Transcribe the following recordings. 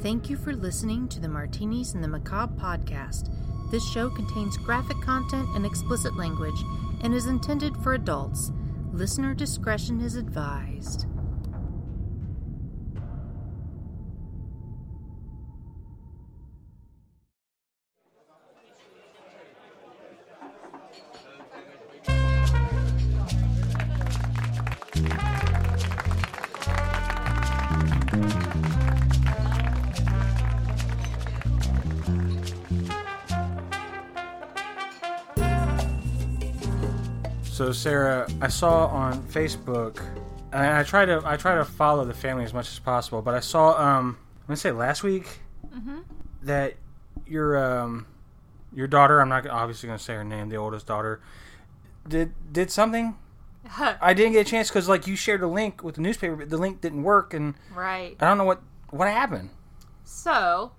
Thank you for listening to the Martinis and the Macabre podcast. This show contains graphic content and explicit language and is intended for adults. Listener discretion is advised. So Sarah, I saw on Facebook, and I try to I try to follow the family as much as possible. But I saw um, I'm gonna say last week Mm-hmm. that your um, your daughter, I'm not gonna- obviously gonna say her name, the oldest daughter, did did something. I didn't get a chance because like you shared a link with the newspaper, but the link didn't work, and Right. I don't know what what happened. So,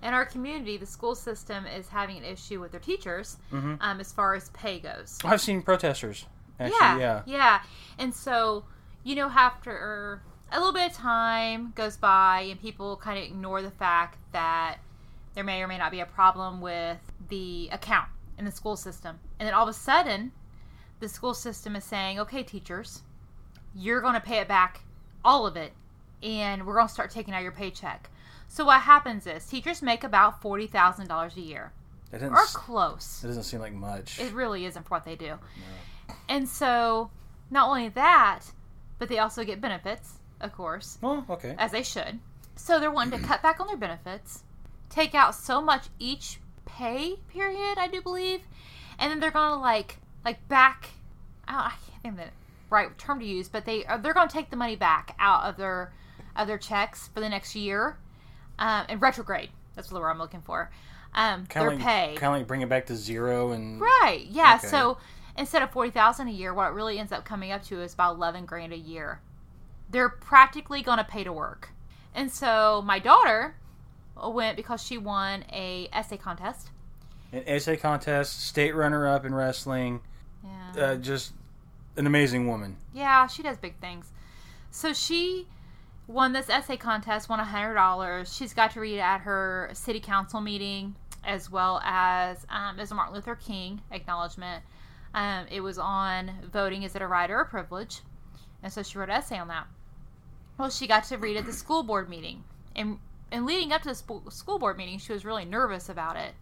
in our community, the school system is having an issue with their teachers um, as far as pay goes. I've seen protesters. Actually, yeah, yeah. And so, you know, after a little bit of time goes by and people kind of ignore the fact that there may or may not be a problem with the account in the school system. And then all of a sudden, the school system is saying, okay, teachers, you're going to pay it back, all of it, and we're going to start taking out your paycheck. So what happens is teachers make about $40,000 a year That didn't. or s- close. That doesn't seem like much. It really isn't for what they do. And so, not only that, but they also get benefits, of course, well, okay. as they should. So they're wanting to cut back on their benefits, take out so much each pay period, I do believe, and then they're gonna like like back. I, don't, I can't think of the right term to use, but they uh, they're gonna take the money back out of their of their checks for the next year, um, and retrograde. That's the word I'm looking for. Um, Kinda their like, pay. Kind of like bring it back to zero and Right. Yeah. Okay. So instead of forty thousand a year, what it really ends up coming up to is about eleven grand a year. They're practically gonna pay to work. And so my daughter went because she won a essay contest. an essay contest, state runner up in wrestling. Yeah. Uh, just an amazing woman. Yeah, she does big things. So she won this essay contest, won hundred dollars. She's got to read at her city council meeting as well as um, as a Martin Luther King acknowledgement. Um, it was on voting is it a right or a privilege, and so she wrote an essay on that. Well, she got to read at the school board meeting, and and leading up to the sp- school board meeting, she was really nervous about it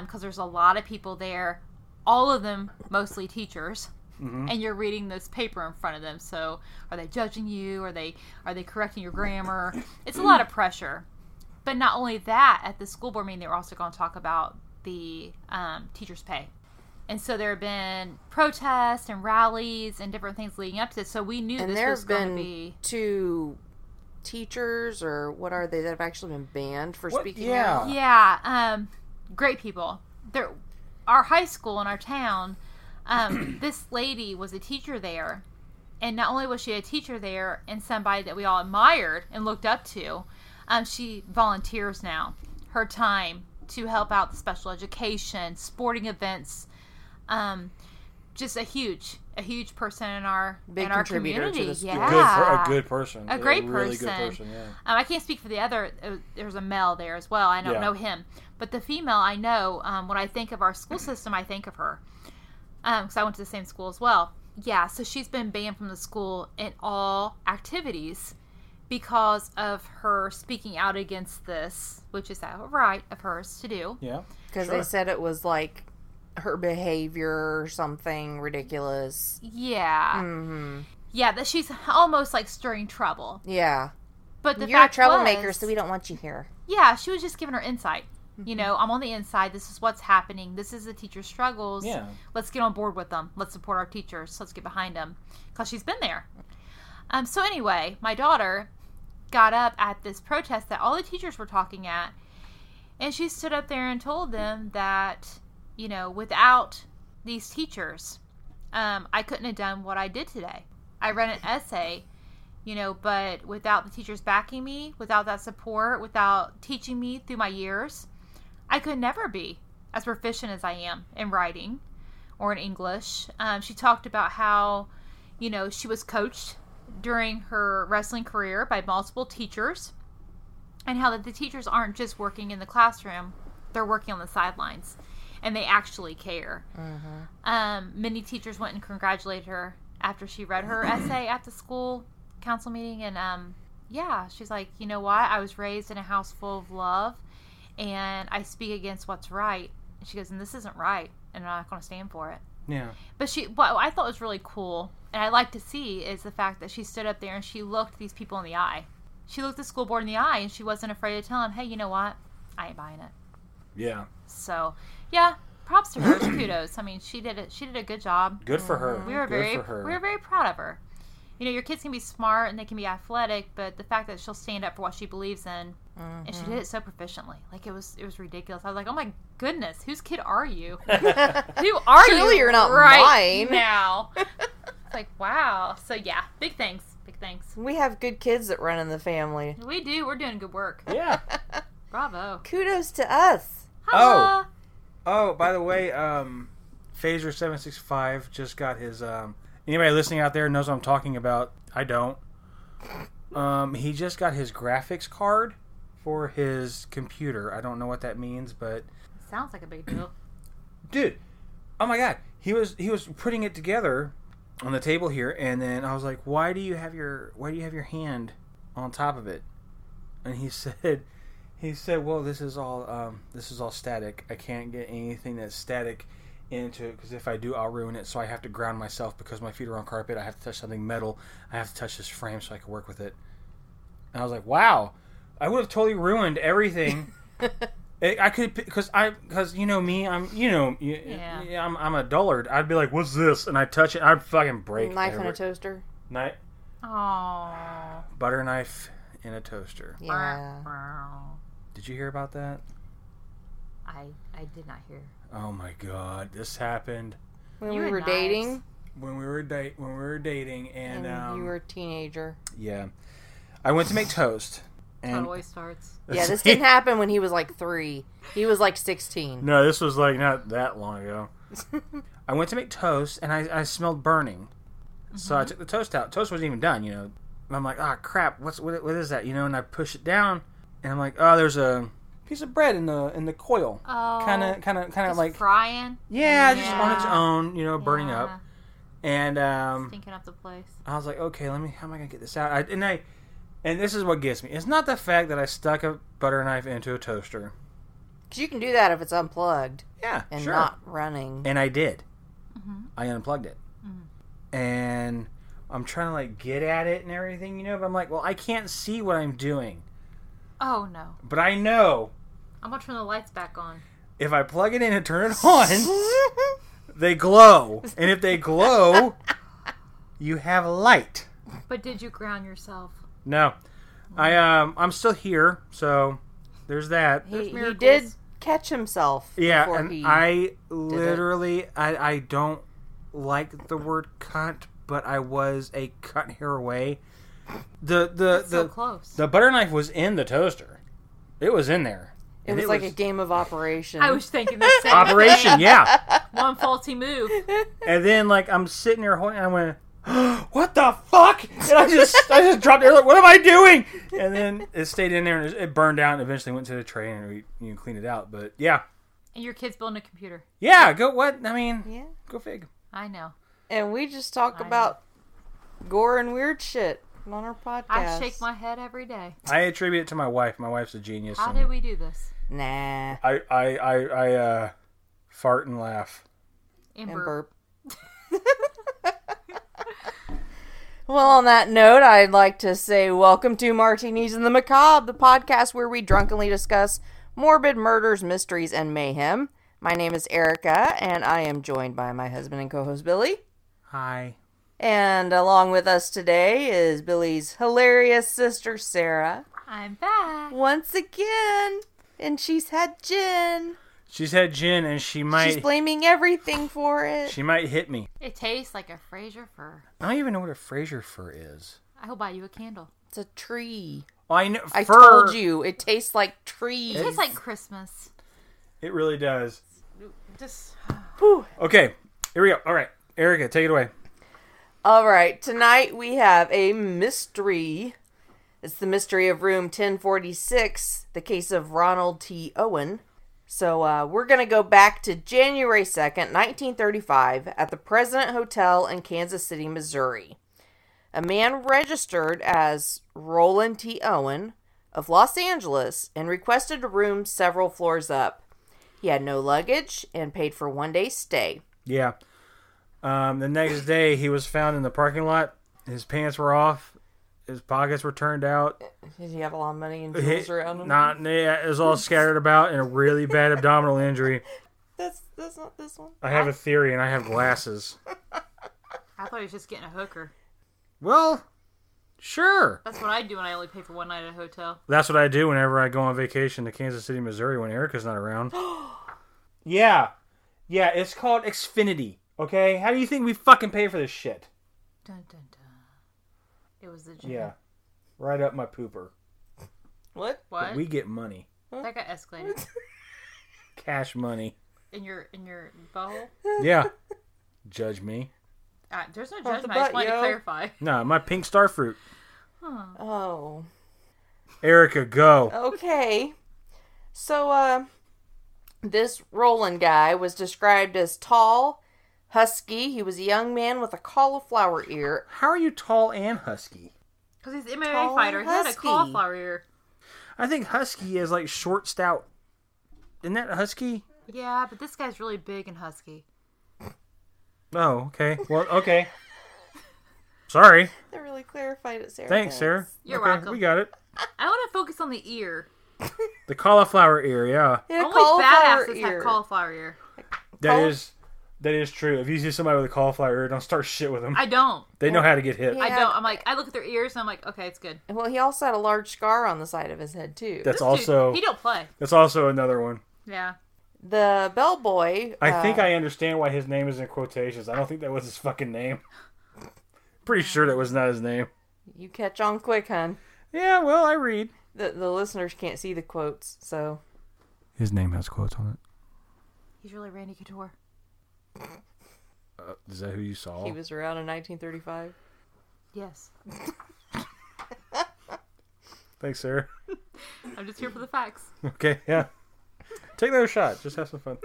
because there's a lot of people there, all of them mostly teachers and you're reading this paper in front of them so are they judging you are they are they correcting your grammar it's a lot of pressure but not only that at the school board meeting they were also going to talk about the um, teachers pay and so there have been protests and rallies and different things leading up to this so we knew And this there was have going been to be two teachers, or what are they, that have actually been banned for What? speaking Yeah. out? Yeah, um, great people. There, our high school in our town. Um, this lady was a teacher there, and not only was she a teacher there and somebody that we all admired and looked up to, um, she volunteers now her time to help out the special education, sporting events. Um, just a huge, a huge person in our Big in our contributor to community. this- yeah, Good for a good person. A great really person. good person. Yeah. um, I can't speak for the other. uh, There's a male there as well. I don't Yeah. know him, but the female I know. Um, when I think of our school system, I think of her because I went to the same school as well. Yeah, so she's been banned from the school in all activities because of her speaking out against this, which is a right of hers to do. Yeah. Because Sure. they said it was like her behavior or something ridiculous. Yeah, hmm yeah, that she's almost like stirring trouble. Yeah. But the You're a fact troublemaker, was- so we don't want you here. yeah, she was just giving her insight. You know, I'm on the inside. This is what's happening. This is the teacher's struggles. Yeah. Let's get on board with them. Let's support our teachers. Let's get behind them because she's been there. Um, so, anyway, my daughter got up at this protest that all the teachers were talking at, and she stood up there and told them that, you know, without these teachers, um, I couldn't have done what I did today. I read an essay you know but without the teachers backing me without that support without teaching me through my years i could never be as proficient as i am in writing or in english um, she talked about how you know she was coached during her wrestling career by multiple teachers and how that the teachers aren't just working in the classroom, they're working on the sidelines and they actually care. Um, many teachers went and congratulated her after she read her essay at the school council meeting. And um, yeah, she's like, you know what? I was raised in a house full of love and I speak against what's right. And she goes, and this isn't right and I'm not going to stand for it. Yeah. But she, what I thought was really cool, and I like to see, is the fact that she stood up there and she looked these people in the eye. She looked the school board in the eye, and she wasn't afraid to tell them, "Hey, you know what? I ain't buying it." Yeah. So, yeah, props to her. Kudos. I mean, she did it. She did a good job. Good for her. We were Good very, for her. we were very proud of her. You know, your kids can be smart and they can be athletic, but the fact that she'll stand up for what she believes in, and she did Mm-hmm. it so proficiently, like it was, it was ridiculous. I was like, "Oh my goodness, whose kid are you?" Who are Surely you? you're not right mine. now. it's like wow. So yeah, big thanks, big thanks. We have good kids that run in the family. We do. We're doing good work. yeah. Bravo. Kudos to us. Holla. Oh, by the way, um, Phaser seven six five just got his. Um, anybody listening out there knows what I'm talking about. I don't. Um, he just got his graphics card for his computer. I don't know what that means, but Sounds like a big deal. dude, oh my god, he was he was putting it together on the table here, and then I was like, why do you have your why do you have your hand on top of it? And he said, he said, well, this is all um, this is all static. I can't get anything that's static into it because if I do, I'll ruin it. So I have to ground myself because my feet are on carpet. I have to touch something metal. I have to touch this frame so I can work with it. And I was like, wow, I would have totally ruined everything. It, I could because I because you know me I'm you know you, Yeah. yeah, I'm I'm a dullard I'd be like what's this and I touch it I'd fucking break Knife every- and a toaster. knife Oh. butter knife in a toaster Yeah. did you hear about that I I did not hear. oh my god this happened When You we were were nice. dating when we were date when we were dating and, and um, you were a teenager. yeah I went to make toast How it and always starts. Yeah, this didn't happen when he was like three. He was like 16. No, this was like not that long ago. I went to make toast and I, I smelled burning. So Mm-hmm. I took the toast out. Toast wasn't even done, you know. And I'm like, ah, crap. What's what, what is that? You know. And I push it down, and I'm like, oh, there's a piece of bread in the in the coil. Oh. Kind of, kind of, kind of Just like, frying, yeah, just on its Yeah. own, you know, burning Yeah. up. And um, stinking up the place. I was like, okay, let me. How am I gonna get this out? I, and I, and this is what gets me. It's not the fact that I stuck a butter knife into a toaster. Because you can do that if it's unplugged Yeah, and sure. not running. and I did. Mm-hmm. I unplugged it, and I'm trying to like get at it and everything, you know. But I'm like, well, I can't see what I'm doing, Oh no! but I know I'm gonna turn the lights back on. if I plug it in and turn it on, they glow, and if they glow, you have light. But did you ground yourself? No, I um, I'm still here, so there's that. he, he miracles. did catch himself. Yeah, before and he, I literally, I, I don't like the word cunt, but I was a cunt hair away. The the the so close. the butter knife was in the toaster. It was in there. It was like a game of operation. I was thinking the same. operation. Yeah, One faulty move. and then like I'm sitting there holding, and I went. What the fuck? And I just, I just dropped it. Like, what am I doing? And then it stayed in there, and it burned down. And eventually went to the tray, and we you know, cleaned it out. But yeah, And your kid's building a computer. yeah. Go what? I mean, Yeah. go fig. I know. And we just talk I- about gore and weird shit on our podcast. I shake my head every day. I attribute it to my wife. My wife's a genius. How and- did we do this? Nah. I I I, I uh, fart and laugh. And Ember. burp. Well, on that note, I'd like to say welcome to Martinis and the Macabre, the podcast where we drunkenly discuss morbid murders, mysteries, and mayhem. My name is Erica, and I am joined by my husband and co host Billy. Hi. And along with us today is Billy's hilarious sister, Sarah, I'm back. once again. And she's had gin. She's had gin and she She's might blaming everything for it. she might hit me. It tastes like a Fraser fir. I don't even know what a Fraser fir is. I will buy you a candle. It's a tree. Oh, I know I fir. told you, it tastes like trees. It tastes like Christmas. It really does. Just Okay, here we go. All right, Erica, take it away. All right, tonight we have a mystery It's the mystery of room 1046, the case of Ronald T. Owen. So uh, we're going to go back to January 2nd, 1935, at the President Hotel in Kansas City, Missouri. A man registered as Roland T. Owen of Los Angeles and requested a room several floors up. He had no luggage and paid for one day's stay. Yeah. Um, the next day, he was found in the parking lot. His pants were off. His pockets were turned out. Did he have a lot of money and jewels around him? Not, yeah, it was all scattered about and a really bad abdominal injury. That's that's not this one. I have a theory and I have glasses. I thought he was just getting a hooker. Well, sure. That's what I do when I only pay for one night at a hotel. That's what I do whenever I go on vacation to Kansas City, Missouri when Erica's not around. yeah. Yeah, it's called Xfinity, okay? How do you think we fucking pay for this shit? Dun dun dun. It was the gym. Yeah. Right up my pooper. What? What? We get money. that got escalated Cash money. in your in your butthole. Yeah. Judge me. Uh, there's no Off the judgment. I just butt, wanted to yo. clarify. No, my pink star fruit. Oh. Erica, go. Okay. So uh this Roland guy was described as tall, husky. He was a young man with a cauliflower ear. How are you tall and husky? Because he's an MMA Tall and fighter. He had a husky. cauliflower ear. I think husky is like short, stout. Isn't that husky? Yeah, but this guy's really big and husky. Oh, okay. Well, okay. Sorry. That really clarified it, Sarah. Thanks, Sarah. You're okay, welcome. We got it. I want to focus on the ear. The cauliflower ear, yeah. He had a Only cauliflower badasses ear. have cauliflower ear. That Caul- is that is true. If you see somebody with a cauliflower ear, don't start shit with them. I don't. They know how to get hit. I Yeah. don't. I'm like, I look at their ears and I'm like, okay, it's good. well, he also had a large scar on the side of his head too. That's This dude, also he don't play. that's also another one. Yeah. the bellboy. I uh, think I understand why his name is in quotations. I don't think that was his fucking name. Pretty sure that was not his name. you catch on quick, hun. Yeah, well, I read. The the listeners can't see the quotes, so His name has quotes on it. He's really Randy Couture. Uh, is that who you saw? he was around in 1935. Yes. Thanks, Sarah. I'm just here for the facts. Okay, yeah. Take another shot. Just have some fun.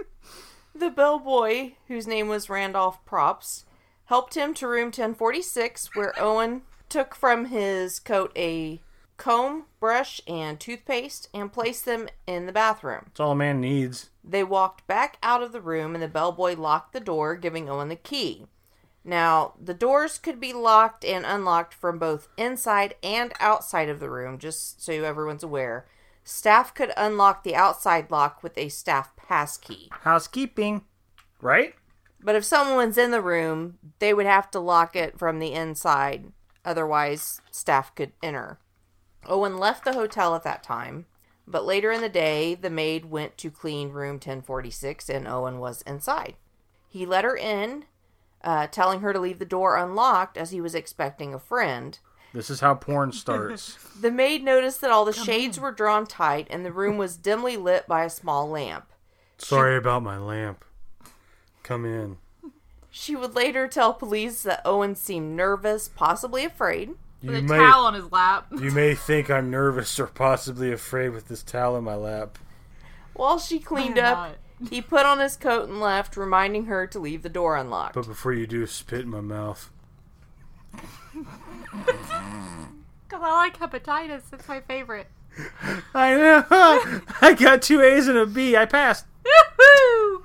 The bellboy, whose name was Randolph Props, helped him to room 1046, where Owen took from his coat a comb, brush, and toothpaste and placed them in the bathroom. It's all a man needs. They walked back out of the room and the bellboy locked the door, giving Owen the key. Now, the doors could be locked and unlocked from both inside and outside of the room, just so everyone's aware. Staff could unlock the outside lock with a staff pass key. Housekeeping, right? But if someone's in the room, they would have to lock it from the inside. Otherwise, staff could enter. Owen left the hotel at that time, but later in the day, the maid went to clean room 1046 and Owen was inside. He let her in, uh, telling her to leave the door unlocked as he was expecting a friend. This is how porn starts. The maid noticed that all the shades were drawn tight and the room was dimly lit by a small lamp. Sorry about my lamp. Come in. She would later tell police that Owen seemed nervous, possibly afraid. You With a may towel on his lap. you may think I'm nervous or possibly afraid with this towel in my lap. While she cleaned up, he put on his coat and left, reminding her to leave the door unlocked. But before you do, spit in my mouth. Because I like hepatitis. It's my favorite. I know. I got two A's and a B. I passed. Woohoo!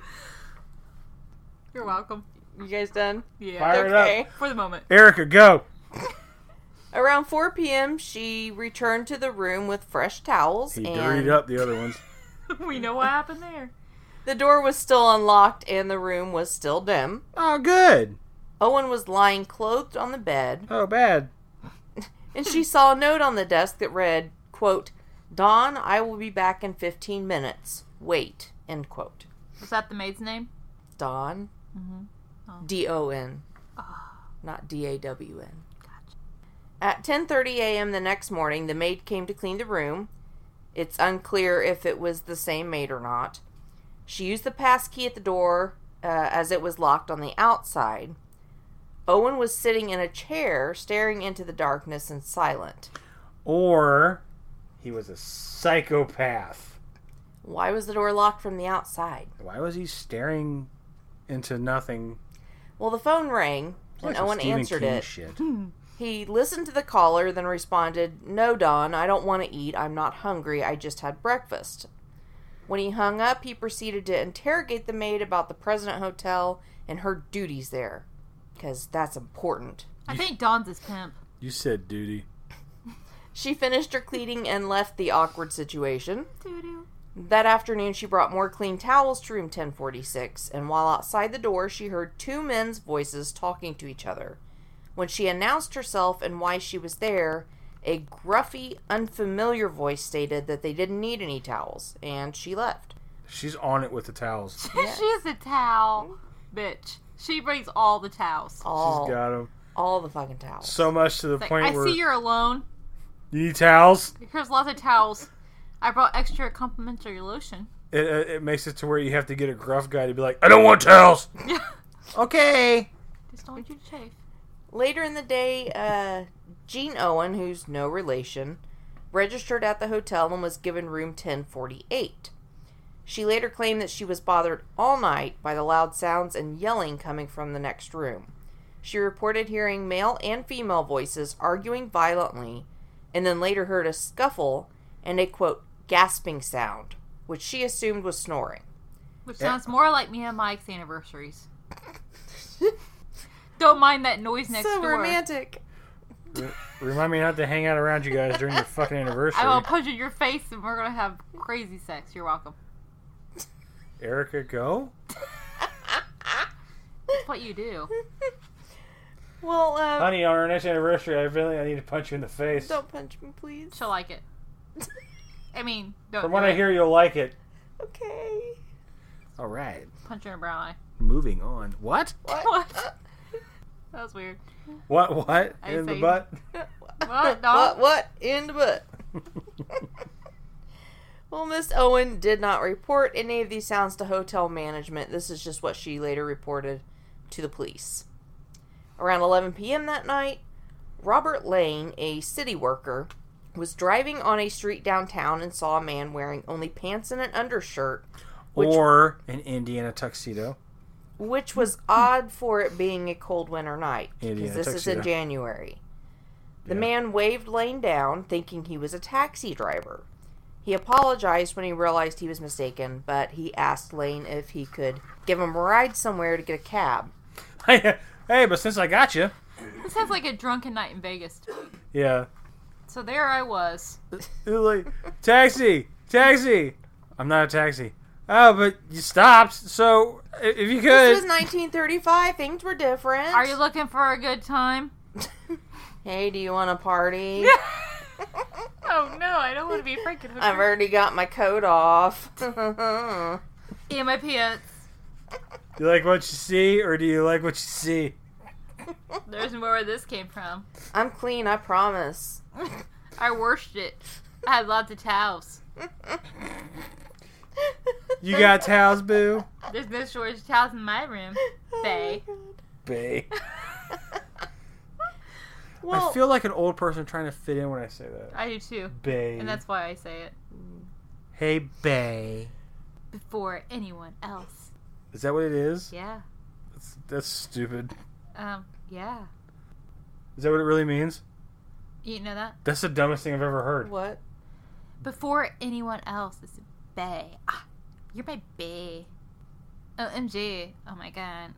You're welcome. you guys done? Yeah. Fire it up. Okay. For the moment. Erica, go. Around 4 p.m., she returned to the room with fresh towels, He dirtied and up the other ones. we know what happened there. the door was still unlocked and the room was still dim. Oh, good. Owen was lying clothed on the bed, Oh, bad. and she saw a note on the desk that read, quote, Don, I will be back in 15 minutes. Wait, end quote. Was that the maid's name? Don. D-O-N. Not D-A-W-N. At 10:30 a.m. the next morning, the maid came to clean the room. It's unclear if it was the same maid or not. She used the pass key at the door uh, as it was locked on the outside. Owen was sitting in a chair, staring into the darkness and silent. or he was a psychopath. Why was the door locked from the outside? Why was he staring into nothing? Well, the phone rang and no Some one Stephen answered King it. Shit. He listened to the caller, then responded, No, Don, I don't want to eat. I'm not hungry. I just had breakfast. When he hung up, he proceeded to interrogate the maid about the President Hotel and her duties there. Because that's important. I think Don's his pimp. You said duty. She finished her cleaning and left the awkward situation. Doo-doo. That afternoon, she brought more clean towels to room 1046, and while outside the door, she heard two men's voices talking to each other. When she announced herself and why she was there, a gruffy, unfamiliar voice stated that they didn't need any towels, and she left. She's on it with the towels. She's a towel, bitch. She brings all the towels. All, She's got them all the fucking towels. so much to the Like, point I where see you're alone. you need towels. Here's lots of towels. I brought extra complimentary lotion. It, it it makes it to where you have to get a gruff guy to be like, I don't want towels. okay. Just don't want you to chafe. Later in the day, uh, Gene Owen, who's no relation, registered at the hotel and was given room 1048. She later claimed that she was bothered all night by the loud sounds and yelling coming from the next room. She reported hearing male and female voices arguing violently, and then later heard a scuffle and a quote, gasping sound, which she assumed was snoring. Which sounds more like me and Mike's anniversaries. Don't mind that noise next so door. romantic. Remind me not to hang out around you guys during your fucking anniversary. I will punch in your face and we're gonna have crazy sex. You're welcome. Erica, go. That's what you do. Well, uh, Honey, on our next anniversary, I really I need to punch you in the face. don't punch me, please. She'll like it. I mean, don't From do what I it. hear, you'll like it. Okay. All right. punch her in the brown eye. Moving on. What? What? that was weird. What? What? I in the see. butt? What, What? dog? What? In the butt. well, Miss Owen did not report any of these sounds to hotel management. This is just what she later reported to the police. Around 11 p.m. that night, Robert Lane, a city worker, was driving on a street downtown and saw a man wearing only pants and an undershirt, Which- Or an Indiana tuxedo. which was odd for it being a cold winter night because Indiana this is in tuxedo. January. The Yeah. man waved Lane down, thinking he was a taxi driver. He apologized when he realized he was mistaken, but he asked Lane if he could give him a ride somewhere to get a cab. hey, but since I got you, This sounds like a drunken night in Vegas. yeah. So there I was. It was like taxi, taxi. I'm not a taxi. Oh, but you stopped. So i- if you This was could, 1935. Things were different. Are you looking for a good time? hey, do you want a party? Oh no, I don't want to be freaking hooker. I've already got my coat off. in my pants. do you like what you see, or do you like what you see? There's more where this came from. I'm clean, I promise. I washed it. I had lots of towels. You got towels, boo. There's no shortage of towels in my room. Bay. Oh Bay. Well, I feel like an old person trying to fit in when I say that. I do too. Bay. And that's why I say it. hey, Bay. Before anyone else. Is that what it is? Yeah. That's, that's stupid. Um, yeah. Is that what it really means? You know that? That's the dumbest thing I've ever heard. what? Before anyone else. It's Bay. Ah, you're my Bay. OMG. Oh my god.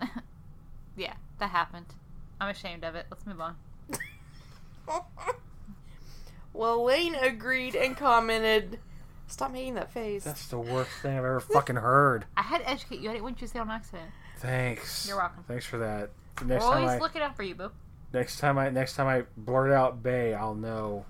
yeah, that happened. I'm ashamed of it. Let's move on. Well, Lane agreed and commented, "Stop making that face." That's the worst thing I've ever fucking heard. I had to educate you. I didn't want you to say it on accident. Thanks. You're welcome. Thanks for that. The We're Next time always I looking out for you, boo. next time I next time I blurt out Bay, I'll know.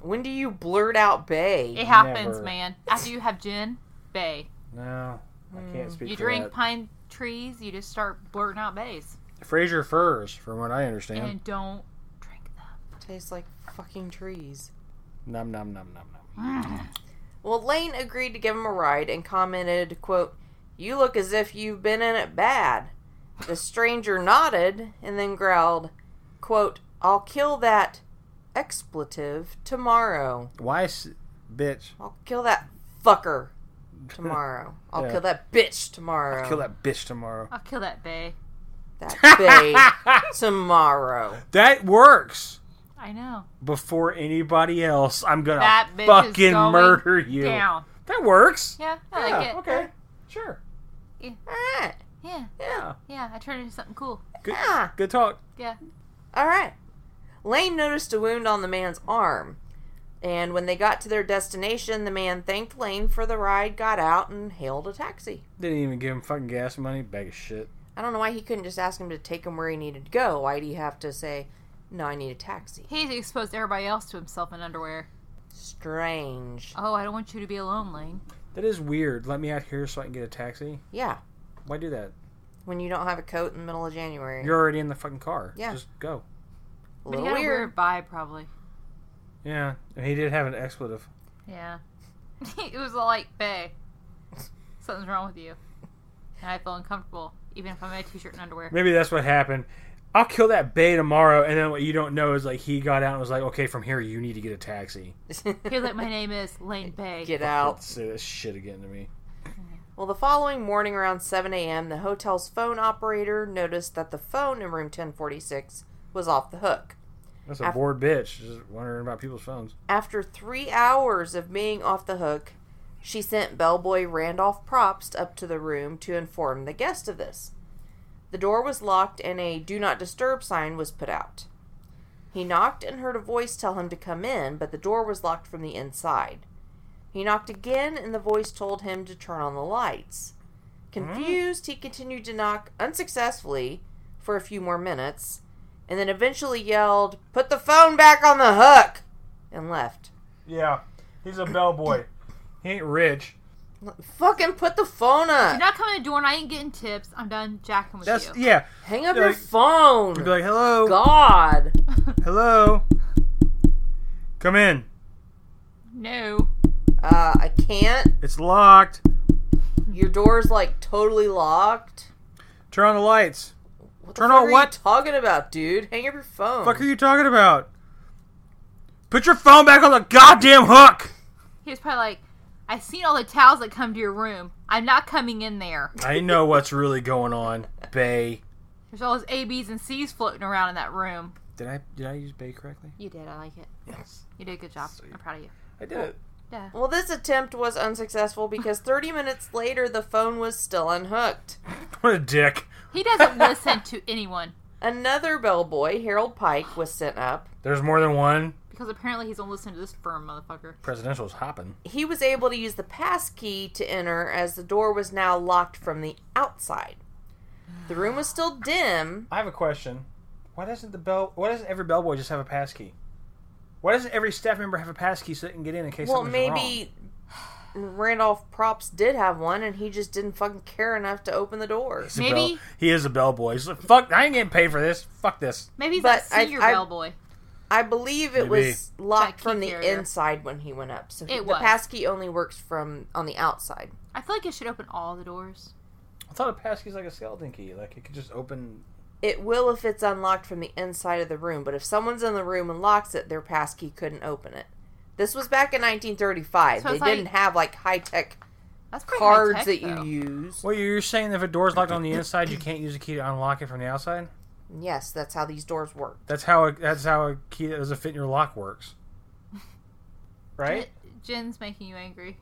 When do you blurt out It "bay"? happens, Never. man. After you have gin, Bay. No, I Hmm. can't speak You to drink that. pine trees, you just start blurting out bays. Fraser furs, from what I understand. And don't drink them. Tastes like fucking trees. Nom nom nom nom nom. Well, Lane agreed to give him a ride and commented, "Quote: You look as if you've been in it bad." The stranger nodded and then growled, "Quote: I'll kill that expletive tomorrow. Why, s- bitch? I'll kill that fucker tomorrow. I'll Yeah. kill that bitch tomorrow. Kill that bitch tomorrow. I'll kill that bay. that babe tomorrow. That works. I know. Before anybody else, I'm gonna That bitch is fucking going murder you. Down. That works. Yeah, I like it. Okay. Sure. All right. Yeah, Yeah. yeah. I turned into something cool. Good. Ah. Good talk. Yeah. All right. Lane noticed a wound on the man's arm. And when they got to their destination, the man thanked Lane for the ride, got out, and hailed a taxi. Didn't even give him fucking gas money. Bag of shit. I don't know why he couldn't just ask him to take him where he needed to go. Why'd he have to say, No, I need a taxi? He exposed everybody else to himself in underwear. Strange. Oh, I don't want you to be alone, Lane. That is weird. Let me out here so I can get a taxi. Yeah, Why do that? when you don't have a coat in the middle of January. You're already in the fucking car. Yeah. Just go. a But he little had weird. a weird vibe, probably. Yeah. And he did have an expletive. Yeah. it was like, bae, something's wrong with you. And I feel uncomfortable, even if I'm in a t shirt and underwear. Maybe that's what happened. I'll kill that bay tomorrow. And then what you don't know is like he got out and was like, okay, from here you need to get a taxi. He was like, my name is Lane Bay. Get out. Say that shit again to me. Well, the following morning around 7 a.m., the hotel's phone operator noticed that the phone in room 1046 was off the hook. That's a Af- bored bitch. Just wondering about people's phones. After three hours of being off the hook, she sent bellboy Randolph Propst up to the room to inform the guest of this. The door was locked and a do not disturb sign was put out. He knocked and heard a voice tell him to come in, but the door was locked from the inside. He knocked again and the voice told him to turn on the lights. Confused, he continued to knock unsuccessfully for a few more minutes and then eventually yelled, Put the phone back on the hook! and left. Yeah. He's a bellboy. he ain't rich. Fucking put the phone You're up. not coming to the door and I ain't getting tips. I'm done jacking with That's you. yeah. Hang up Yeah, your like- phone. You'd be like, hello, God. hello, come in. No. Uh, I can't. It's locked. Your door's like totally locked. Turn on the lights. What Turn the fuck on are what? You talking about, dude? Hang up your phone. Fuck are you talking about? Put your phone back on the goddamn hook. He was probably like, I've seen all the towels that come to your room. I'm not coming in there. I know what's really going on, Bay. There's all those A, B's, and C's floating around in that room. Did I did I use Bay correctly? You did. I like it. Yes, You did a good job. I'm proud of you. I did. it. Yeah. Well, this attempt was unsuccessful because 30 minutes later the phone was still unhooked. What a dick. He doesn't listen to anyone Another bellboy, Harold Pike, was sent up. There's more than one. because apparently he's only listening to this firm motherfucker. Presidential's hopping. He was able to use the pass key to enter as the door was now locked from the outside. The room was still dim, I have a question. Why doesn't the bell? Why doesn't every bellboy just have a pass key? Why doesn't every staff member have a pass key so they can get in in case Well, something's wrong? maybe Randolph Props did have one, and he just didn't fucking care enough to open the door. He's a Maybe- bell- he is a bellboy. He's like, fuck, I ain't getting paid for this. Fuck this. Maybe he's But that I- senior I- bellboy. I believe it Maybe. was locked That key from the carrier. inside when he went up, so he- It the was. pass key only works from on the outside. I feel like it should open all the doors. I thought a pass key's like a skeleton key. Like it could just open. It will if it's unlocked from the inside of the room, but if someone's in the room and locks it, their pass key couldn't open it. This was back in 1935. So they it's like- didn't have like high tech That's pretty cards high-tech, that you though. use. Well, you're saying if a door's locked on the inside, you can't use a key to unlock it from the outside. Yes, that's how these doors work. That's how. A, that's how a key that doesn't fit in your lock works. Right? Jen- Jen's making you angry.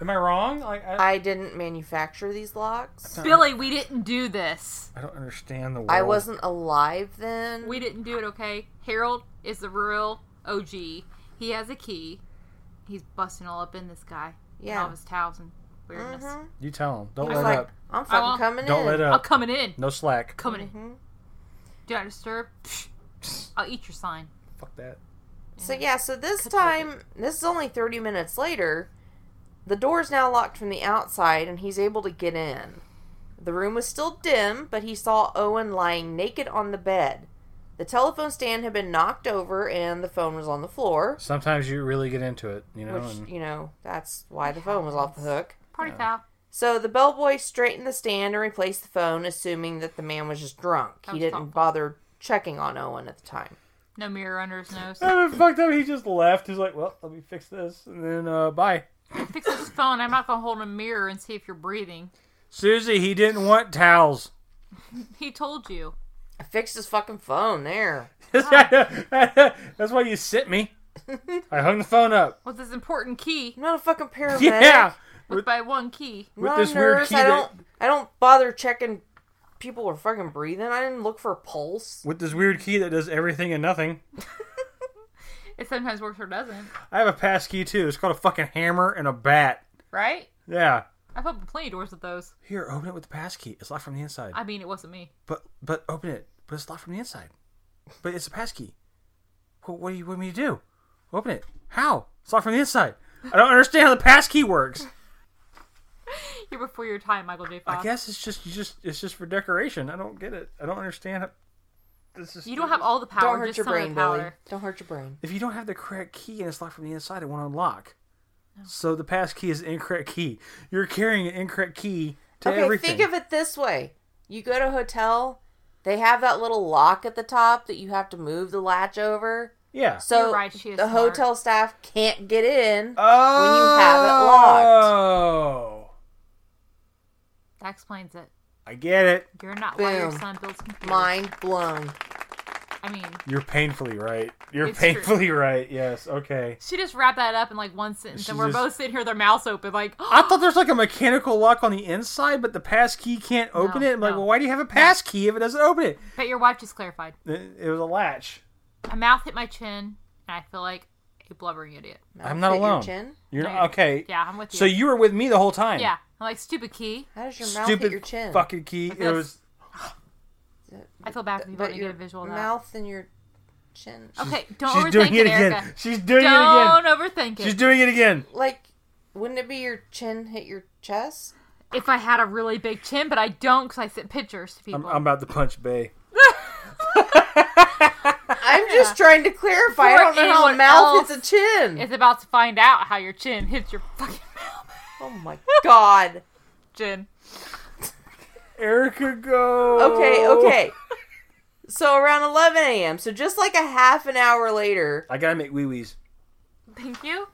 Am I wrong? Like I, I didn't manufacture these locks. Billy, we didn't do this. I don't understand the. World. I wasn't alive then. We didn't do it, okay? Harold is the real OG. He has a key. He's busting all up in this guy. Yeah. Yeah. all of his towels and weirdness. Mhm. You tell him. Don't He's let like, up. I'm fucking won't- coming Don't in. let I'm up. coming in. No slack. Coming in. Mhm. Do not disturb. Psh. I'll eat your sign. Fuck that. So yeah, so this time, this is only 30 minutes later. The door's now locked from the outside, and he's able to get in. The room was still dim, but he saw Owen lying naked on the bed. The telephone stand had been knocked over, and the phone was on the floor. Sometimes you really get into it, you know. and- Which you know, that's why the phone was off the hook. Party foul. So the bellboy straightened the stand and replaced the phone, assuming that the man was just drunk. He was didn't thoughtful. bother checking on Owen at the time. No mirror under his nose. And then fucked up. He just left. He's like, well, let me fix this, and then uh, bye. Fix his phone. I'm not gonna hold a mirror and see if you're breathing. Susie, he didn't want towels. He told you. I fixed his fucking phone there. That's why you sent me. I hung the phone up. With this important key, I'm not a fucking paramedic. Yeah, with by one key. I'm not this a weird nurse. key I that- don't. I don't bother checking people are fucking breathing. I didn't look for a pulse. with this weird key that does everything and nothing. It sometimes works or doesn't, I have a pass key too. It's called a fucking hammer and a bat. right? Yeah. I've opened plenty of doors with those. Here, open it with the pass key. It's locked from the inside. I mean, it wasn't me. But but open it. But it's locked from the inside. But it's a pass key. What what do you want me to do? Open it. How? It's locked from the inside. I don't understand how the pass key works. You're before your time, Michael J. I Uh, Fox. guess it's just you just it's just for decoration. I don't get it. I don't understand. How, this is You don't have all the power. Don't hurt just your some brain, of the power. Billy. Don't hurt your brain. if you don't have the correct key and it's locked from the inside, it won't unlock. So the pass key is the incorrect key. You're carrying an incorrect key to okay, everything. think of it this way: you go to a hotel, they have that little lock at the top that you have to move the latch over, yeah. so You're right, she is the smart. hotel staff can't get in. Oh, have it locked. That explains it. I get it. You're not why your Boom. son builds computers. Mind blown. I mean, You're painfully right. You're It's true. painfully right. Yes. Okay. she just wrapped that up in like one sentence, She and we're just- both sitting here, with their mouths open, like, I thought there's like a mechanical lock on the inside, but the pass key can't open No, it. I'm like, no. well, why do you have a pass key if it doesn't open it? but your wife just clarified. It it was a latch. My mouth hit my chin, and I feel like a blubbering idiot. I'm not Hit your alone. chin? You're No, not, you're- okay. Yeah, I'm with you. So you were with me the whole time. yeah, I'm like stupid key. How does your mouth hit Stupid your chin? fucking key. Like It this. was I feel bad for people But to get your a visual of that. mouth and your chin. okay, don't She's overthink doing it it, again. Erica. She's doing it Don't again. overthink it. She's doing it again. Like, wouldn't it be your chin hit your chest? if I had a really big chin, but I don't because I sent pictures to people. I'm, I'm about to punch Bay. I'm just trying to clarify. I Before don't know how a anyone mouth else- hits a chin. it's about to find out how your chin hits your fucking Oh my god. chin. Erica, go. Okay, Oh. okay. So around 11 a.m. So just like a half an hour later, I gotta make wee wees. Thank you.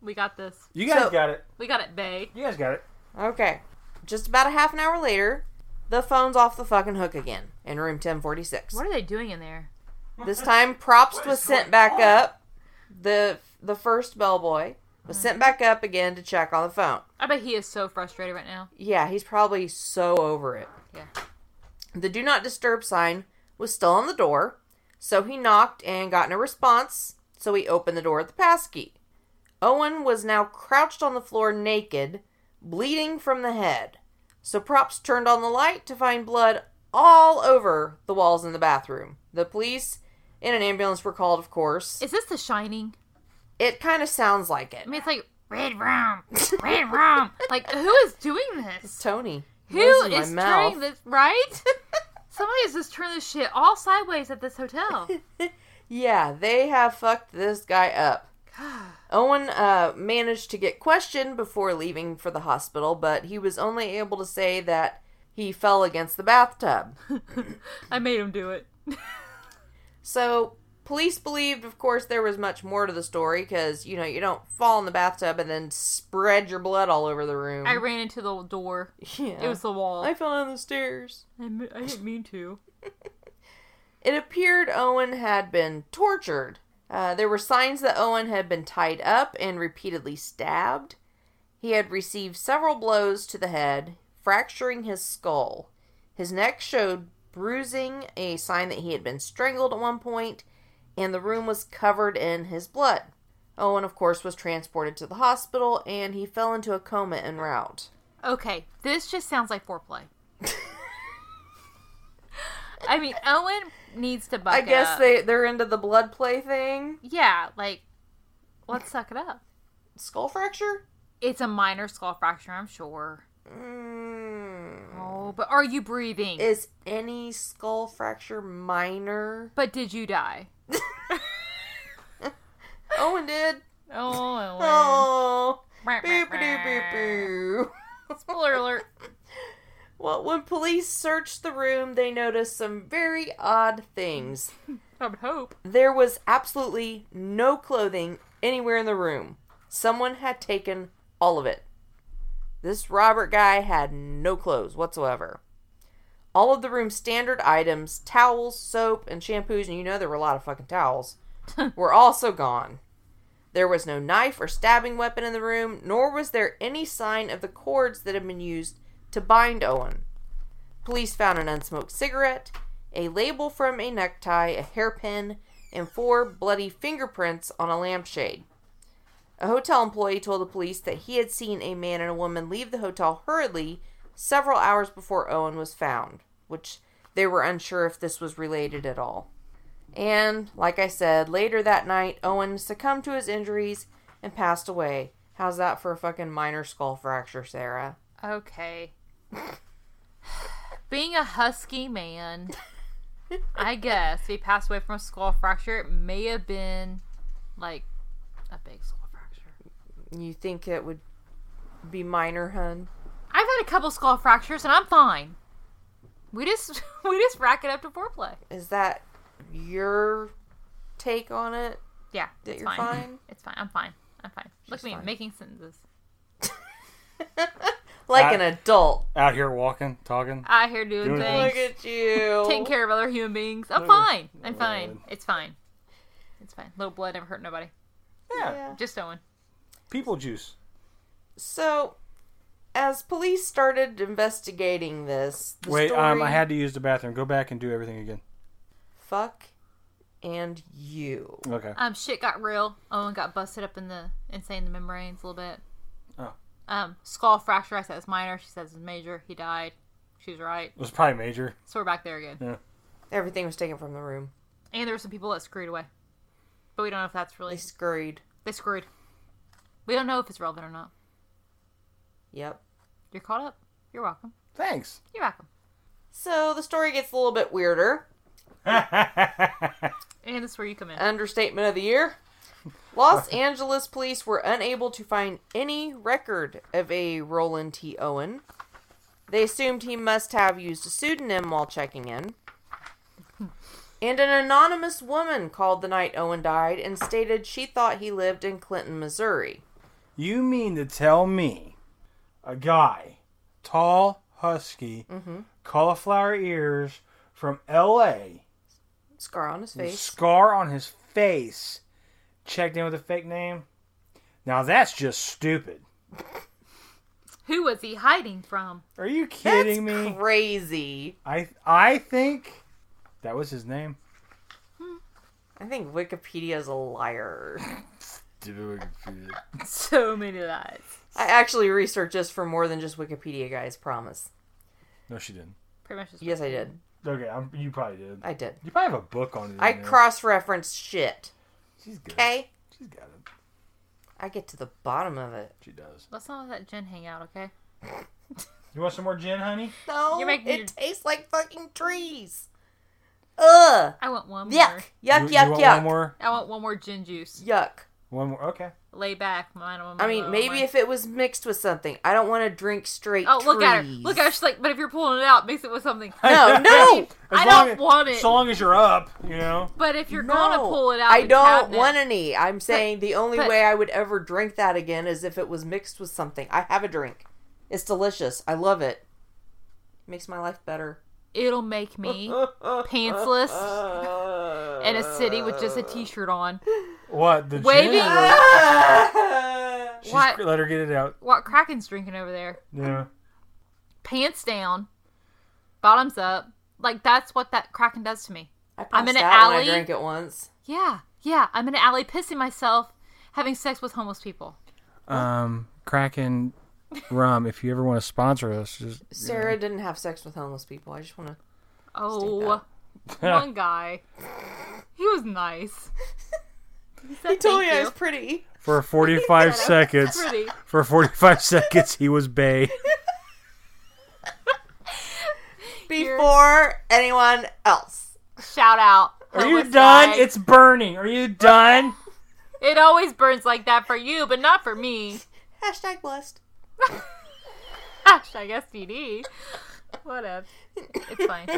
We got this. You guys So- got it. We got it, Bay. You guys got it. Okay. Just about a half an hour later, the phone's off the fucking hook again in room 1046. What are they doing in there? This time, props was sent back up. The the first bellboy was sent back up again to check on the phone. I bet he is so frustrated right now. Yeah, he's probably so over it. Yeah. The do not disturb sign was still on the door, so he knocked and got no response, so he opened the door with the pass key. Owen was now crouched on the floor naked, bleeding from the head. So props turned on the light to find blood all over the walls in the bathroom. The police and an ambulance were called, of course. Is this The Shining? It kind of sounds like it. I mean, it's like red room, red room. Like who is doing this? Tony. Who blows in my is turning this right? Somebody has just turned this shit all sideways at this hotel. Yeah, they have fucked this guy up. Owen uh, managed to get questioned before leaving for the hospital, but he was only able to say that he fell against the bathtub. I made him do it. So, police believed, of course, there was much more to the story because, you know, you don't fall in the bathtub and then spread your blood all over the room. I ran into the door. Mm-hmm. yeah. It was the wall. I fell down the stairs. I, m- I didn't mean to. It appeared Owen had been tortured. Uh, there were signs that Owen had been tied up and repeatedly stabbed. He had received several blows to the head, fracturing his skull. His neck showed bruising, a sign that he had been strangled at one point, and the room was covered in his blood. Owen, of course, was transported to the hospital and he fell into a coma en route. Okay, this just sounds like foreplay. I mean, Owen needs to buck I guess up. they, they're into the blood play thing. Yeah, like, let's suck it up. Skull fracture? It's a minor skull fracture, I'm sure. Mm. Oh, but are you breathing? Is any skull fracture minor? but did you die? Owen did. Oh, Owen. Oh. Brr, brr, Boop, boop, brr. boop, boop. Spoiler alert. Well, when police searched the room, they noticed some very odd things. I would hope. There was absolutely no clothing anywhere in the room. Someone had taken all of it. This Robert guy had no clothes whatsoever. All of the room's standard items, towels, soap, and shampoos, and you know there were a lot of fucking towels, were also gone. There was no knife or stabbing weapon in the room, nor was there any sign of the cords that had been used to bind Owen. Police found an unsmoked cigarette, a label from a necktie, a hairpin, and four bloody fingerprints on a lampshade. A hotel employee told the police that he had seen a man and a woman leave the hotel hurriedly several hours before Owen was found, which they were unsure if this was related at all. And, like I said, later that night, Owen succumbed to his injuries and passed away. How's that for a fucking minor skull fracture, Sarah? Okay. Being a husky man, I guess if he passed away from a skull fracture, it may have been like a big skull fracture. You think it would be minor, hun? I've had a couple skull fractures and I'm fine. We just we just rack it up to foreplay. Is that your take on it? Yeah, That it's you're fine. fine? It's fine. I'm fine. I'm fine. Look at me fine. making sentences. Like I- an adult. Out here walking, talking. I here doing Doing things, Thanks. Look at you. taking care of other human beings. I'm Look at- fine. I'm Lord. fine. It's fine. It's fine. Little blood never hurt nobody. Yeah. Yeah. Just Owen. People juice. So, as police started investigating this, the Wait, um, I story- had to use the bathroom. Go back and do everything again. fuck and you. Okay. Um, shit got real. Owen got busted up in the insane the membranes a little bit. Oh. Um, skull fracture. I said it's minor. She says it's major. He died. She's right. It was probably major. So we're back there again. Everything was taken from the room. And there were some people that screwed away, but we don't know if that's really They scurried. they screwed. We don't know if it's relevant or not. Yep. You're caught up. You're welcome. Thanks. You're welcome. So the story gets a little bit weirder. And this is where you come in. Uh, Understatement of the year. Los Angeles police were unable to find any record of a Roland T. Owen. They assumed he must have used a pseudonym while checking in. And an anonymous woman called the night Owen died and stated she thought he lived in Clinton, Missouri. You mean to tell me a guy, tall, husky, Mm-hmm. cauliflower ears from LA, Scar on his face. scar on his face, checked in with a fake name? Now that's just stupid. Who was he hiding from? Are you kidding That's me? crazy. I I think that was his name. I think Wikipedia's a liar. So many lies. I actually researched this for more than just Wikipedia, guys. Promise. No, she didn't. Pretty much. Just Yes, I did. Okay, I'm, you probably did. I did. You probably have a book on it. I Mm-hmm. in there. cross-referenced shit. She's good. Okay. She's got it. I get to the bottom of it. She does. Let's not let that Jen hang out, okay? You want some more gin, honey? No, You're making it your- tastes like fucking trees. Ugh. I want one more. Yuck. Yuck. you, yuck. you want yuck. One more. I want one more gin juice. Yuck. One more. Okay. Lay back. Mine. I mean, maybe if it was mixed with something. I don't want to drink straight. Oh, look at her. trees. Look at her. She's like, but if you're pulling it out, mix it with something. No, no. As I long don't as- want it. So long as you're up, you know. But if you're No, gonna pull it out, I the don't cabinet- want any. I'm saying the only but- way I would ever drink that again is if it was mixed with something. I have a drink. It's delicious. I love it. Makes my life better. It'll make me pantsless in a city with just a t-shirt on. What the Wavy- Ah, gin? Or... She's, What? Let her get it out. What Kraken's drinking over there? Yeah. Pants down, bottoms up. Like that's what that Kraken does to me. I I'm passed in an out when alley. I drank it once. Yeah, yeah. I'm in an alley pissing myself, having sex with homeless people. Um, Kraken rum. If you ever want to sponsor us, just Sarah didn't have sex with homeless people. I just want to. Oh, one guy. He was nice. He, said, He told "Thank me I you." was pretty. for 45 seconds. pretty. For 45 seconds, he was Bay. Before anyone else. Shout out. Are you homeless done? guy. It's burning. Are you done? It always burns like that for you, but not for me. Hashtag blessed. Hashtag STD. Whatever. It's fine.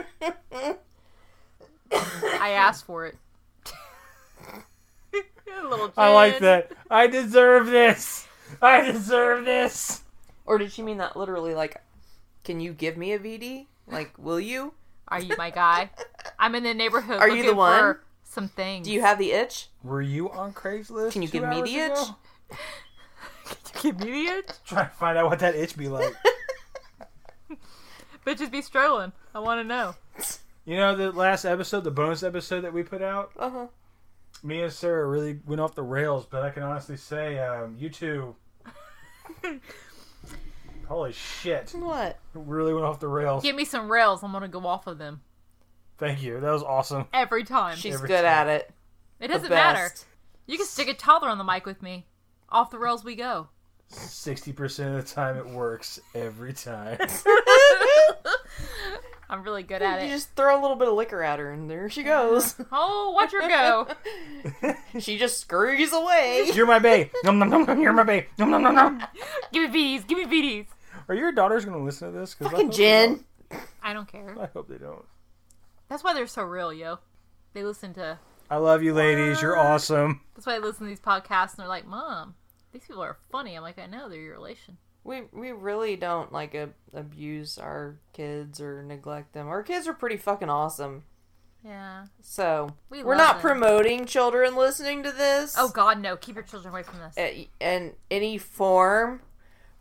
I asked for it. A little I like gin. that. I deserve this. I deserve this. Or did she mean that literally? Like, can you give me a VD? Like, will you? Are you my guy? I'm in the neighborhood. Are you looking the one? for Some things. Do you have the itch? Were you on Craigslist? Can you two give me hours the ago? itch? comedian? Try to find out what that itch be like. Bitches be strolling. I want to know. you know, the last episode, the bonus episode that we put out, Uh huh. me and Sarah really went off the rails. But I can honestly say, um, you two, holy shit, What? really went off the rails. Give me some rails. I'm gonna go off of them Thank you. That was awesome. every time. She's Every good time. at it. it The doesn't matter. best. You can stick a toddler on the mic with me. Off the rails we go. Sixty percent of the time, it works every time. I'm really good at You it. just throw a little bit of liquor at her, and there she goes. Oh, watch her go. she just scurries away. You're my bae. Nom nom nom nom. You're my bae. Nom nom nom nom. Give me VDs. Give me VDs. Are your daughters going to listen to this? 'Cause I Fucking hope they Jen. I don't care. don't. I hope they don't. That's why they're so real, yo. They listen to. I love you, ladies. You're awesome. That's why they listen to these podcasts and they're like, "Mom, these people are funny." I'm like, "I know they're your relation." We we really don't like ab- abuse our kids or neglect them. Our kids are pretty fucking awesome. Yeah. So We we're love not them. promoting children listening to this. Oh God, no! Keep your children away from this. a- in any form.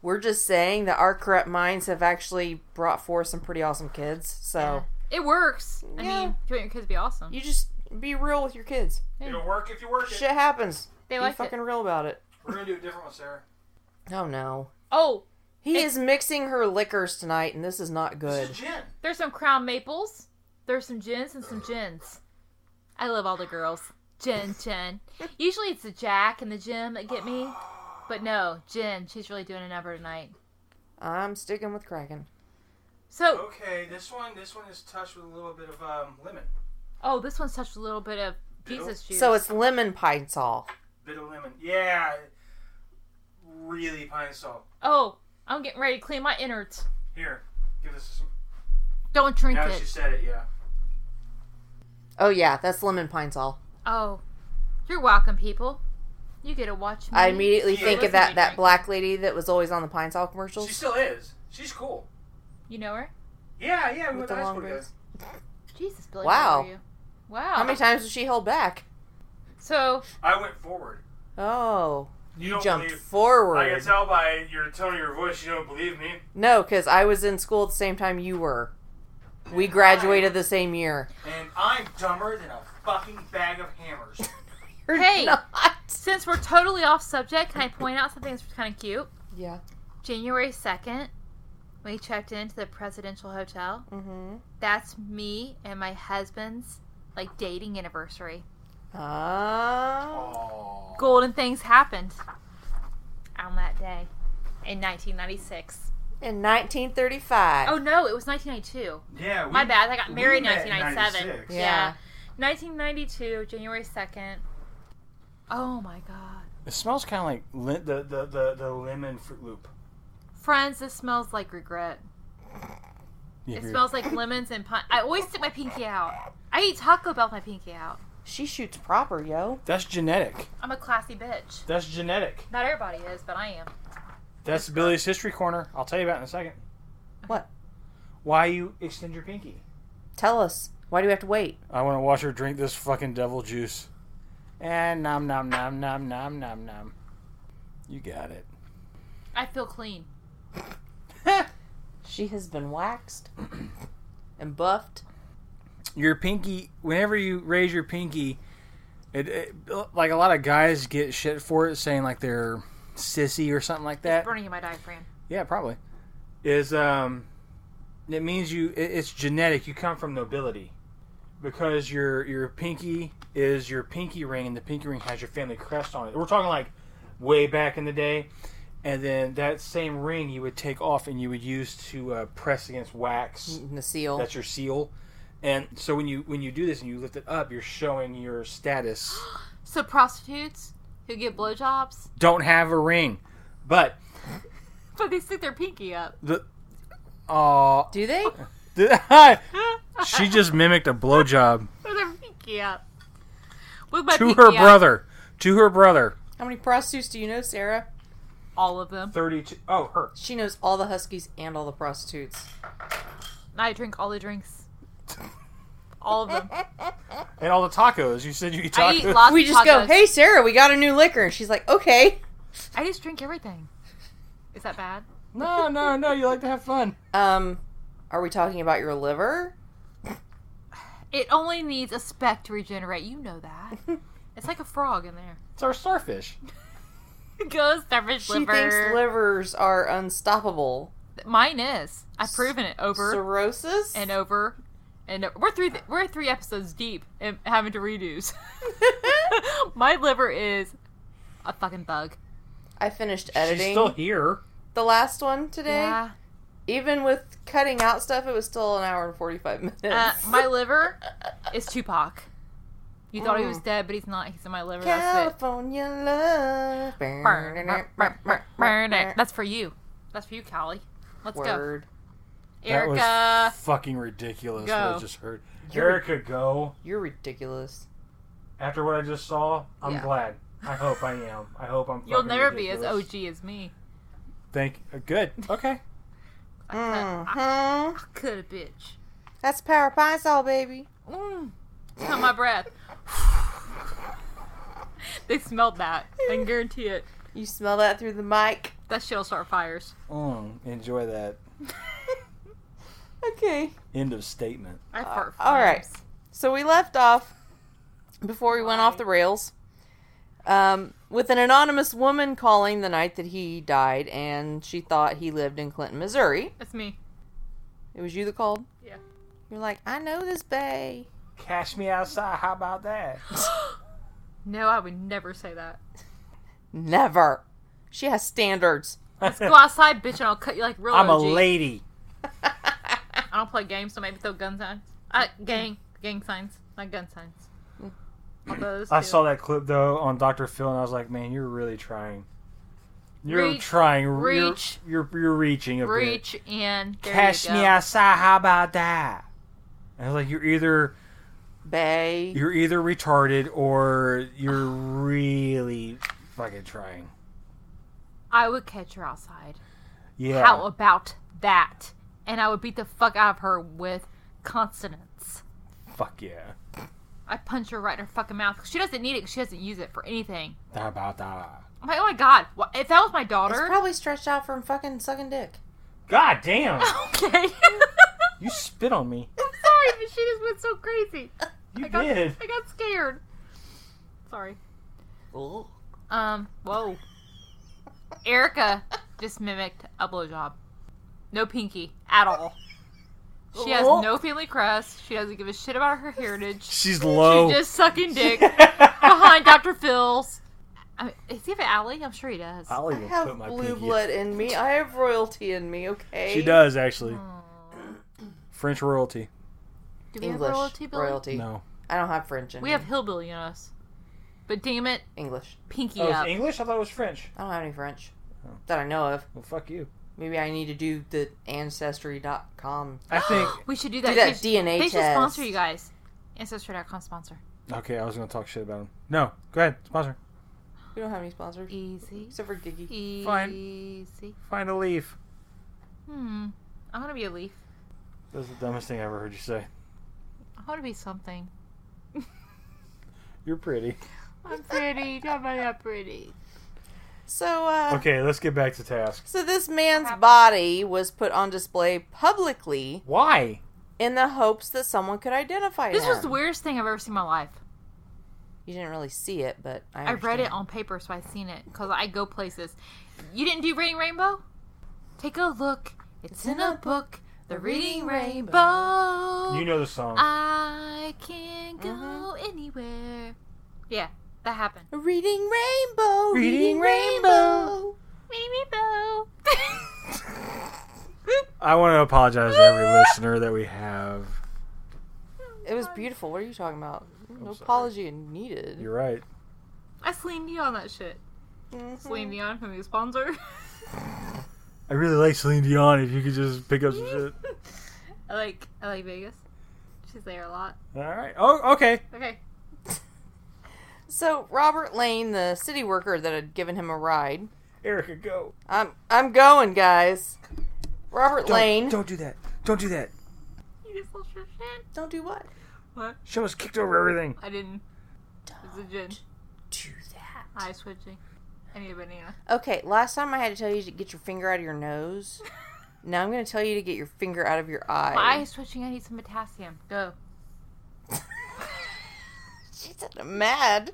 We're just saying that our corrupt minds have actually brought forth some pretty awesome kids. So It works. I Yeah. mean, if you want your kids to be awesome. you just be real with your kids. It'll work if you work Shit happens. they be like fucking it. real about it. We're going to do a different one, Sarah. Oh no. Oh, He is mixing her liquors tonight, and this is not good. gin. there's some crown maples. There's some gins and some gins. I love all the girls. Gin, gin. Usually it's the Jack and the Jim that get me, but no, gin. She's really doing a number tonight. I'm sticking with Kraken. So, Okay, this one this one is touched with a little bit of um, lemon. oh, this one's touched a little bit of Jesus juice. So it's lemon pine salt. Bit of lemon. Yeah. Really pine salt. oh, I'm getting ready to clean my innards. Here. Give this some. Don't drink Now that it. you said it, yeah. Oh yeah, that's lemon pine salt. Oh, you're welcome, people. You get to watch me. I immediately Yeah. think Listen of to that that Drake. black lady that was always on the pine salt She commercials. still is. She's cool. You know her? Yeah, yeah. We With went the to high long school together. braids. Jesus, Billy. Wow. Wow. You? Wow. How many times was she held back? so, I went forward. Oh, You, you don't jumped believe. I can forward. tell by your tone of your voice you don't believe me. No, because I was in school at the same time you were. We graduated the same year. And I'm dumber than a fucking bag of hammers. You're Hey. not. Since we're totally off subject, can I point out something that's kind of cute? Yeah. January 2nd, we checked into the Presidential Hotel. Mm-hmm. That's me and my husband's like dating anniversary. Oh. Aw. Golden things happened on that day in 1996. In 1935. Oh no, it was 1992. Yeah, we, My bad. I got we married in met in 1997. 96. Yeah. Yeah. 1992, January 2nd. Oh my god. It smells kind of like li- the, the, the, the lemon Fruit Loop. Friends, this smells like regret. You It agree? smells like lemons and pine. I always stick my pinky out. I eat Taco Bell with my pinky out. She shoots proper, yo. That's genetic. I'm a classy bitch. That's genetic. Not everybody is, but I am. That's Billy's History Corner. I'll tell you about it in a second. What? Why you extend your pinky? Tell us. Why do we have to wait? I want to watch her drink this fucking devil juice. And nom nom nom nom nom nom nom. You got it. I feel clean. She has been waxed and buffed. your pinky whenever you raise your pinky it, it like a lot of guys get shit for it saying like they're sissy or something like that Burning in my diaphragm. yeah probably is um it means you it, it's genetic you come from nobility because your your pinky is your pinky ring and the pinky ring has your family crest on it we're talking like way back in the day and then that same ring you would take off and you would use to uh, press against wax The seal. that's your seal. And so when you when you do this and you lift it up, you're showing your status. So prostitutes who get blowjobs, Don't have a ring, but but they stick their pinky up. the Oh, Do they? she just mimicked a blowjob They're pinky up. With my to pinky her up, brother. To her brother. How many prostitutes do you know, Sarah? all of them. Thirty-two. Oh, her. She knows all the Huskies and all the prostitutes. I drink all the drinks. All of them. And all the tacos. You said you eat tacos. I eat lots We of just go, tacos. hey, Sarah, we got a new liquor. And she's like, okay. I just drink everything. Is that bad? no, no, no. You like to have fun. Um, are we talking about your liver? It only needs a speck to regenerate. You know that. It's like a frog in there. It's our starfish. It goes starfish She liver. thinks livers are unstoppable. Mine is. I've proven it over Cirrhosis? and over and o- we're three we're three episodes deep and having to redos. My liver is a fucking bug. I finished editing She's still here. the last one today. Yeah. Even with cutting out stuff, it was still an hour and 45 minutes. Uh, my liver is Tupac. You thought he was dead, but he's not. He's in my liver. That's it. California love. Burn it, burn it, burn it. That's for you. That's for you, Callie. Let's Word. go, Erica. That was fucking ridiculous. What Go. I just heard. You're- Erica, go. You're ridiculous. After what I just saw, I'm Yeah. glad. I hope I am. I hope I'm. You'll fucking never be as ridiculous. OG as me. Thank. uh, Good. Okay. Mm. Mhm. Could a bitch. That's power pie salt, baby. Mm. Smell my breath. they smelled that. I can guarantee it. You smell that through the mic. That shit'll start fires. Mm, enjoy that. Okay. End of statement. I fart. Uh, all right. flames. So we left off before we went off the rails um, with an anonymous woman calling the night that he died, and she thought he lived in Clinton, Missouri. That's me. It was you that called. Yeah. You're like, I know this bay. Cash me outside. How about that? No, I would never say that. Never. She has standards. Go outside, bitch, and I'll cut you like real I'm a OG. lady. I don't play games, so maybe throw gun signs. Uh, gang. Gang signs. Not gun signs. Mm. Although those I two- saw that clip though on Dr. Phil, and I was like, man, you're really trying. You're Reach. trying. You're- Reach. You're you're, reaching a Reach and bit. there Cash you me go. outside. How about that? And I was like, you're either Bay. you're either retarded or you're really fucking trying. I would catch her outside. Yeah. How about that? And I would beat the fuck out of her with consonants. Fuck yeah. I punch her right in her fucking mouth. She doesn't need it. She doesn't use it for anything. How about that? I'm like, oh my god, what, if that was my It's daughter, probably stretched out from fucking sucking dick. God damn! okay. I'm sorry, you spit on me. but she just went so crazy. You I got, did. I got scared. Sorry. Um. Whoa. Erica just mimicked a blowjob. No pinky at all. She has Oh. no family crest. She doesn't give a shit about her heritage. She's Oh. low. She's just sucking dick behind Dr. Phil's. I mean, does he have an alley? I'm sure he does. I'll I even have put my blue pinky- blood in me. I have royalty in me, okay? She does actually. French royalty. Do we English. have royalty? Billy? royalty. No. I don't have French in We me. have hillbilly in us. But damn it, English. pinky Oh, up. it's English? I thought it was French. I don't have any French Oh. that I know of. Well, fuck you. Maybe I need to do the ancestry.com. I think. We should do that. that They should- DNA They should test. sponsor you guys. Ancestry.com sponsor. okay, I was gonna talk shit about him. No, go ahead. Sponsor. We don't have any sponsors. Easy. Except for Giggy. Easy. Fine. Find a leaf. Hmm. I want to be a leaf. That's the dumbest thing I ever heard you say. I want to be something. You're pretty. I'm pretty. Am I not pretty? So, uh, Okay, let's get back to task. so this man's body was put on display publicly Why? in the hopes that someone could identify This him. was the weirdest thing I've ever seen in my life. You didn't really see it, but I, I read it understand. on paper, so I seen it because I go places. You didn't do Reading Rainbow? Take a look. It's in a book. The Reading Rainbow. You know the song. I can go Mm-hmm. anywhere. Yeah, that happened. Reading Rainbow. Reading Rainbow. Reading Rainbow. I want to apologize to every listener that we have. It was beautiful. What are you talking about? No apology needed. You're right. I Celine Dion that shit. Mhm. Hmm. Celine Dion from the sponsor. I really like Celine Dion. If you could just pick up some shit. I like I like Vegas. She's there a lot. All right. Oh, okay. Okay. So Robert Lane, the city worker that had given him a ride, Erica, go. I'm I'm going, guys. Robert Don't- Lane, Don't do that. Don't do that. You just lost your shit. don't do what? What? She almost kicked over everything. I didn't. It's a gin. Do that. Eye switching. I need a banana. Okay, last time I had to tell you to get your finger out of your nose. now I'm going to tell you to get your finger out of your eye. My eye is twitching. I need some potassium. Go. She's mad.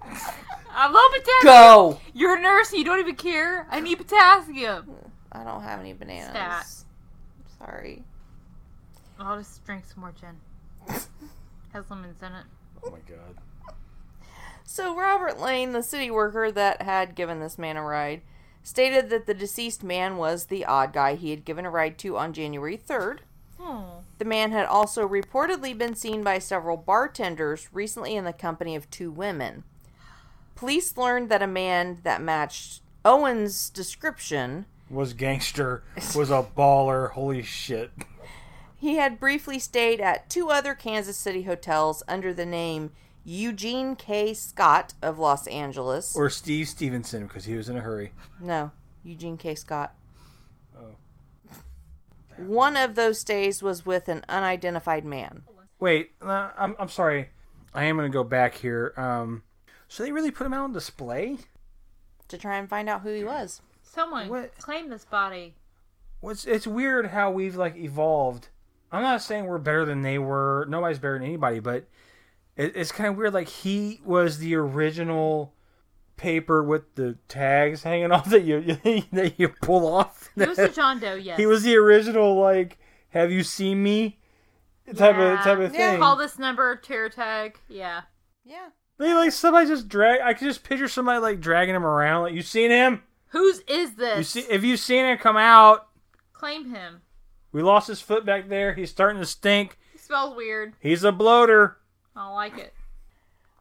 I love potassium. Go. You're a nurse. You don't even care. I need potassium. I don't have any bananas. Stat. Sorry. I'll just drink some more gin. Has lemons in it. Oh my god. So Robert Lane, the city worker that had given this man a ride, stated that the deceased man was the odd guy he had given a ride to on January 3rd. Oh. The man had also reportedly been seen by several bartenders recently in the company of two women. Police learned that a man that matched Owen's description Was gangster. Was a baller. Holy shit. He had briefly stayed at two other Kansas City hotels under the name Eugene K. Scott of Los Angeles. Or Steve Stevenson because he was in a hurry. no, Eugene K. Scott. Oh. One of those stays was with an unidentified man. Wait. Uh, I'm I'm sorry. I am gonna go back here. Um. So they really put him out on display? To try and find out who he was. Someone What? claim this body. What's it's weird how we've like evolved. I'm not saying we're better than they were. Nobody's better than anybody, but it, it's kind of weird. Like he was the original paper with the tags hanging off that you that you pull off. It was a John Doe. Yes. he was the original like "Have you seen me?" type of type of Yeah. thing. Call this number. Terror tag. Yeah. Yeah. They, like somebody just drag. I could just picture somebody like dragging him around. Like you seen him? Whose is this? You see? If you seen him come out, Claim him. we lost his foot back there. He's starting to stink. He smells weird. He's a bloater. I don't like it.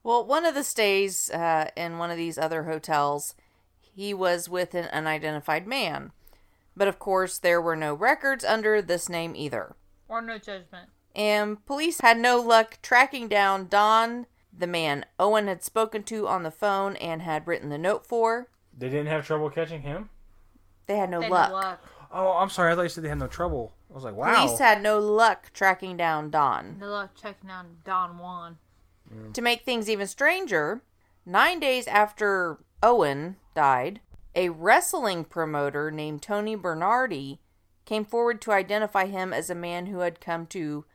Well, one of the stays uh, in one of these other hotels, he was with an unidentified man. But of course, there were no records under this name either. Or no judgment. and police had no luck tracking down Don, the man Owen had spoken to on the phone and had written the note for. They didn't have trouble catching him. They had no They had luck. luck. Oh, I'm sorry. I thought you said they had no trouble. I was like, wow. Police had no luck tracking down Don. No luck checking on Don Juan. To make things even stranger, nine days after Owen died, a wrestling promoter named Tony Bernardi came forward to identify him as a man who had come to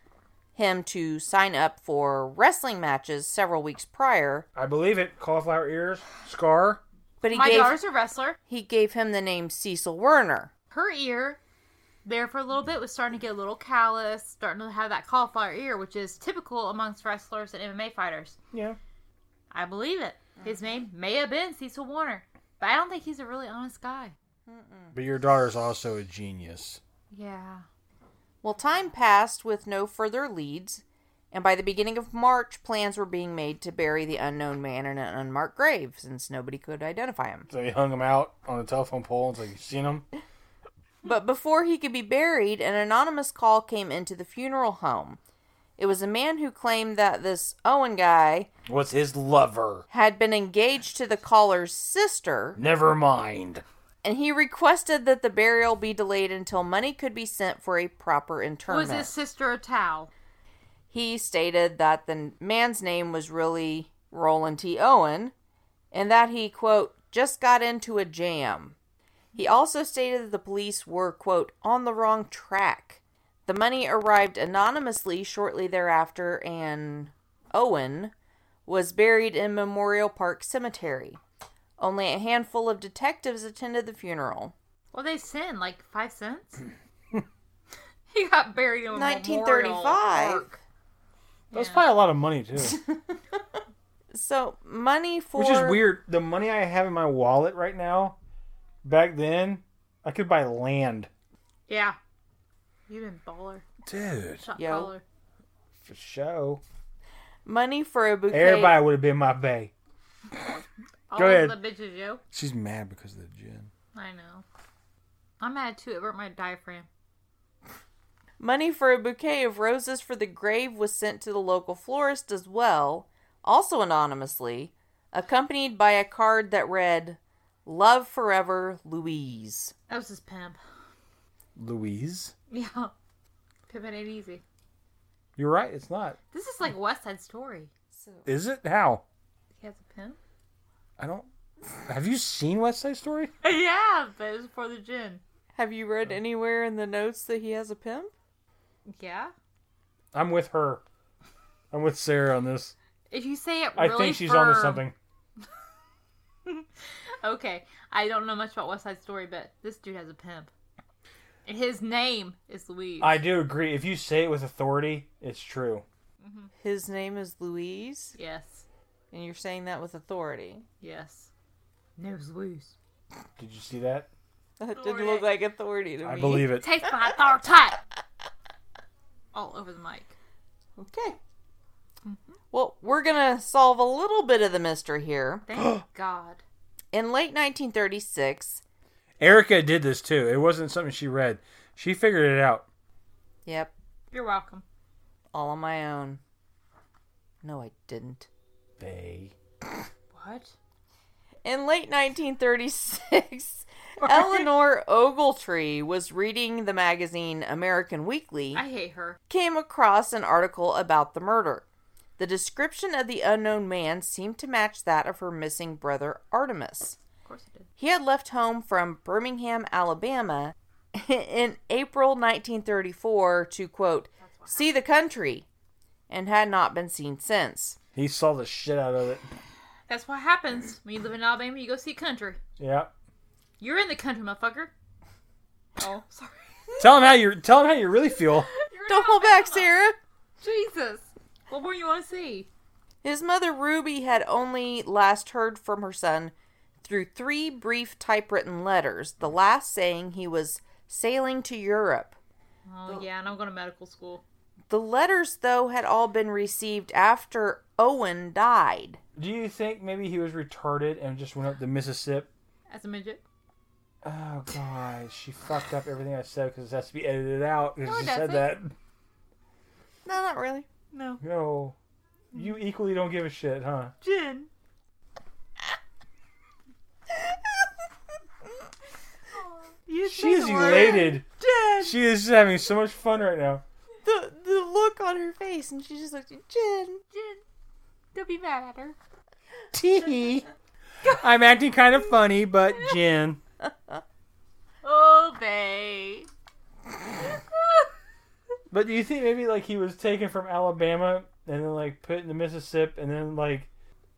him to sign up for wrestling matches several weeks prior. I believe it. Cauliflower ears, scar. But he My gave daughter's a wrestler. he gave him the name Cecil Werner. Her ear, there for a little bit, was starting to get a little callous, starting to have that cauliflower ear, which is typical amongst wrestlers and MMA fighters. Yeah. I believe it. Mm-hmm. His name may have been Cecil Warner, but I don't think he's a really honest guy. But your daughter's also a genius. Yeah. Well, time passed with no further leads, and by the beginning of March, plans were being made to bury the unknown man in an unmarked grave since nobody could identify him. So they hung him out on a telephone pole until you seen him. But before he could be buried, an anonymous call came into the funeral home. It was a man who claimed that this Owen guy What's his lover? had been engaged to the caller's sister, Never mind. and he requested that the burial be delayed until money could be sent for a proper Was interment. his sister a towel? he stated that the man's name was really Roland T. Owen and that he, quote, just got into a jam. He also stated that the police were, quote, on the wrong track. The money arrived anonymously shortly thereafter, and Owen was buried in Memorial Park Cemetery. Only a handful of detectives attended the funeral. Well, they sin like five cents. he got buried in a memorial 1935. park. That was probably a lot of money too, So, money for. which is weird. The money I have in my wallet right now, back then, I could buy land. Yeah. You been baller. Dude, Shot Yo. caller. for show. Money for a bouquet. Everybody would have been my bae. All Go of ahead. The bitches, yo. She's mad because of the gin. I know. I'm at a two. It hurt my diaphragm. Money for a bouquet of roses for the grave was sent to the local florist as well, also anonymously, accompanied by a card that read, Love Forever, Louise. That was his pimp. Louise? Yeah. Pimping ain't easy. You're right, it's not. This is like West Side Story. So, Is it? How? He has a pimp? I don't. Have you seen West Side Story? yeah, but it was for the gin. have you read anywhere in the notes that he has a pimp? Yeah. I'm with her. I'm with Sarah on this. If you say it I really think she's firm, onto something. Okay, I don't know much about West Side Story, but this dude has a pimp. And his name is Louise. I do agree. If you say it with authority, it's true. His name is Louise, yes, and you're saying that with authority. yes. Name's Louise. Did you see that? That didn't look like authority to me. I believe it. Taste my authority. All over the mic. Okay. Mm-hmm. Well, we're going to solve a little bit of the mystery here. Thank God. In late 1936, Erica did this too. It wasn't something she read. She figured it out. yep, You're welcome. all on my own. No, I didn't. They. What? In late 1936, Eleanor Ogletree was reading the magazine American Weekly, I hate her. came across an article about the murder. The description of the unknown man seemed to match that of her missing brother Artemis. Of course I did. He had left home from Birmingham, Alabama in April 1934 to, quote, see the country, and had not been seen since. He saw the shit out of it. That's what happens when you live in Alabama. You go see country. Yeah. You're in the country, motherfucker. Oh, sorry. Tell him how you tell him how you really feel. You're in Don't hold back, Alabama. Sarah! Jesus. What more you want to see? His mother, Ruby, had only last heard from her son through three brief typewritten letters, the last saying he was sailing to Europe. Oh yeah, and I'm going to medical school. The letters, though, had all been received after Owen died. Do you think maybe he was retarded and just went up the Mississippi? As a midget. Oh god, she fucked up everything I said because it has to be edited out. 'cause No, it she said doesn't. that. No, not really. No. No, you equally don't give a shit, huh? Gin. You She is elated. Gin. She is having so much fun right now. The, the look on her face, and she just looked at Jen. Gin. Don't be mad at her. Tee. I'm acting kind of funny, but Jen. Oh, babe. But do you think maybe like he was taken from Alabama and then like put in the Mississippi and then like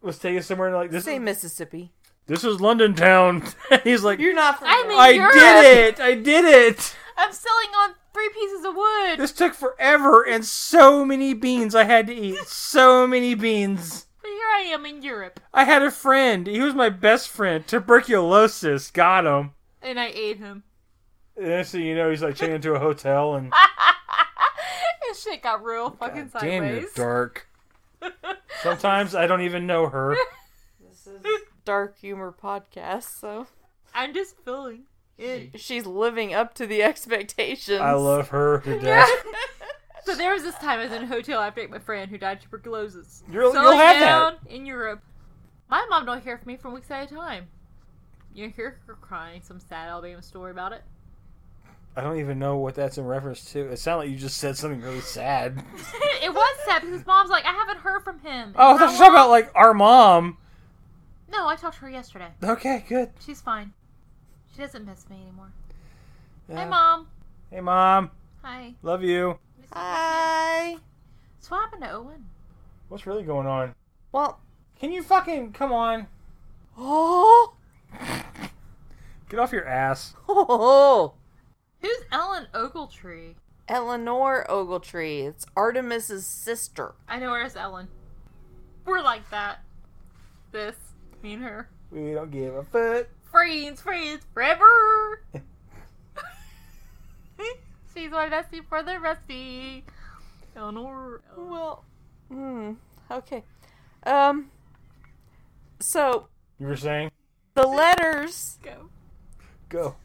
was taken somewhere and like this Say is, Mississippi. this is London town. He's like You're not from I mean, I Europe. did it. I did it. I'm selling on three pieces of wood. This took forever and so many beans I had to eat. So many beans. But here I am in Europe. I had a friend. He was my best friend. Tuberculosis got him. And I ate him. And next thing you know, he's like chained into a hotel and This shit got real fucking damn, you're sideways. dark. Sometimes I don't even know her. this is dark humor podcast, so I'm just filling. in. she's living up to the expectations. I love her to death. So there was this time I was in a hotel after I ate my friend who died of tuberculosis. You'll- Selling you'll have that. down in Europe. My mom don't hear from me for weeks at a time. You hear her crying some sad Alabama story about it. I don't even know what that's in reference to. It sounded like you just said something really sad. it was sad because his mom's like, I haven't heard from him. Oh, I thought you were talking about like our mom. No, I talked to her yesterday. Okay, good. She's fine. She doesn't miss me anymore. Yeah. Hi, mom. Hey, mom. Hi. Love you. Hi. So what happened to Owen? What's really going on? Well, Can you fucking come on? oh, Get off your ass. oh, Who's Ellen Ogletree? Eleanor Ogletree. It's Artemis's sister. I know where's Ellen. We're like that. This, me and her. We don't give a fuck. Friends, friends, forever. She's my bestie for the resty. Eleanor. Well, hmm. Okay. Um. So You were saying? the letters Go. Go.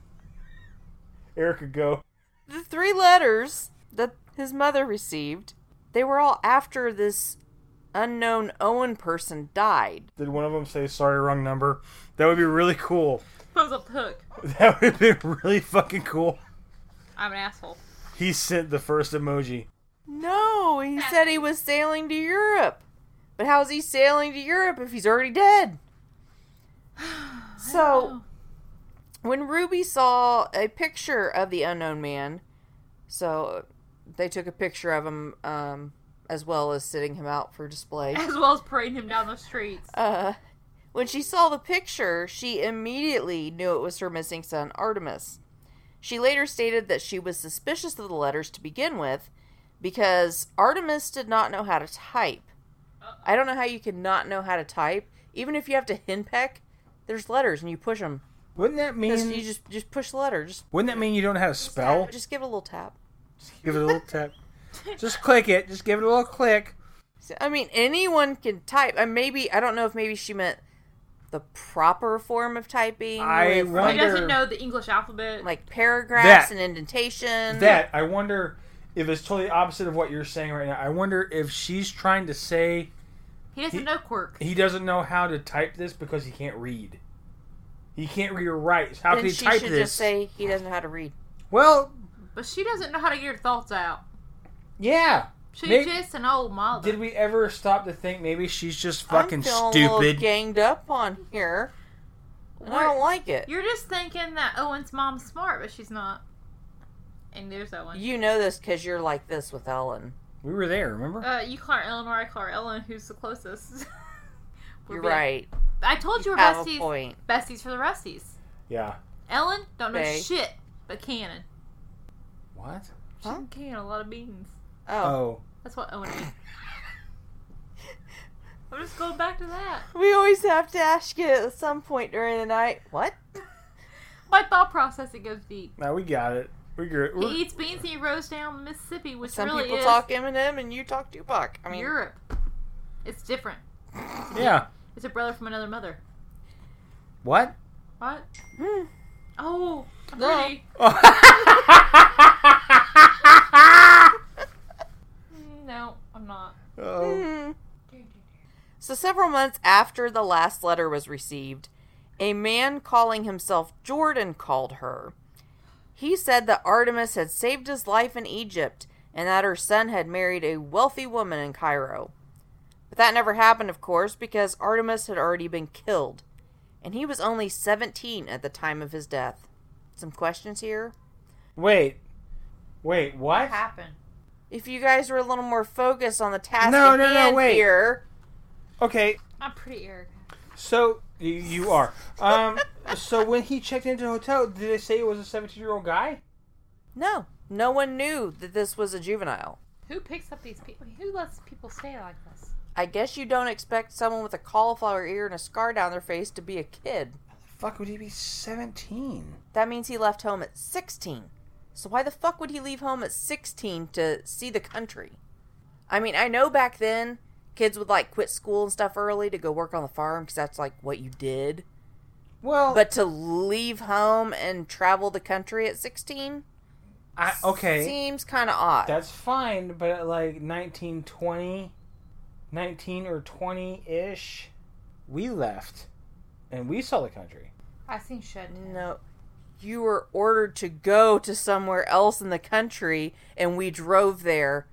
Erica, go. the three letters that his mother received, they were all after this unknown Owen person died. Did one of them say sorry, wrong number? That would be really cool. Pose up the hook. That would have been really fucking cool. I'm an asshole. He sent the first emoji. No, he said he was sailing to Europe. But how's he sailing to Europe if he's already dead? So, when Ruby saw a picture of the unknown man, so they took a picture of him um, as well as sitting him out for display. As well as parading him down the streets. Uh, when she saw the picture, she immediately knew it was her missing son, Artemis. She later stated that she was suspicious of the letters to begin with because Artemis did not know how to type. I don't know how you can not know how to type. Even if you have to henpeck, there's letters and you push them. Wouldn't that Just, you mean? just just push the letter. Just Wouldn't that mean you don't know how to spell? just give it a little tap. Give it a little tap. Just click it. Just give it a little click. So, I mean, anyone can type. And maybe I don't know if maybe she meant the proper form of typing. I with, wonder- he doesn't know the English alphabet. like paragraphs That- and indentation. That I wonder if it's totally opposite of what you're saying right now. I wonder if she's trying to say he doesn't he- know quirk. he doesn't know how to type this because he can't read. He can't read or write. How then can he she type should this? just say he doesn't know how to read. well, but she doesn't know how to get her thoughts out. yeah. She's Maybe- just an old mother. Did we ever stop to think maybe she's just fucking I'm feeling A little stupid? ganged up on here. and I We're- don't like it. You're just thinking that Owen's mom's smart, but she's not. And there's Owen. You know this because you're like this with Ellen. We were there, remember? uh, you Clark Eleanor, I Clark Ellen, who's the closest. Would You're be- right. I told you we're Have a besties. point. Besties for the resties. yeah. Ellen, don't know They- shit, but cannon. What? She Huh? can can a lot of beans. Oh. Oh. That's what Owen is. I'm just going back to that. Oh. We always have to ask you at some point during the night. What? My thought process it goes deep. Now we got it. We grew it. He eats beans and he rows down the Mississippi, which Some really people is talk Eminem and you talk Tupac. I mean, Europe. It's different. Yeah. It's a brother from another mother. What? What? Hmm. Oh, I'm No. pretty. mm, No, I'm not. Oh. Hmm. So, several months after the last letter was received, a man calling himself Jordan called her. He said that Artemis had saved his life in Egypt and that her son had married a wealthy woman in Cairo. But that never happened, of course, because Artemis had already been killed, and he was only 17 at the time of his death. Some questions here? Wait. Wait, what? happened? If you guys were a little more focused on the task No, at no, no, hand wait. here, Okay, I'm pretty arrogant. so you, you are. Um so when he checked into the hotel, did they say it was a 17-year-old guy? no, no one knew that this was a juvenile. Who picks up these people? Who lets people stay like this? I guess you don't expect someone with a cauliflower ear and a scar down their face to be a kid. Fuck, would he be 17? That means he left home at 16. So why the fuck would he leave home at 16 to see the country? I mean, I know back then kids would like quit school and stuff early to go work on the farm because that's like what you did. Well, But to leave home and travel the country at 16 I, okay. seems kind of odd. That's fine, but at like 1920, 19 or 20 ish, we left and we saw the country. I've seen shit. No. You were ordered to go to somewhere else in the country, and we drove there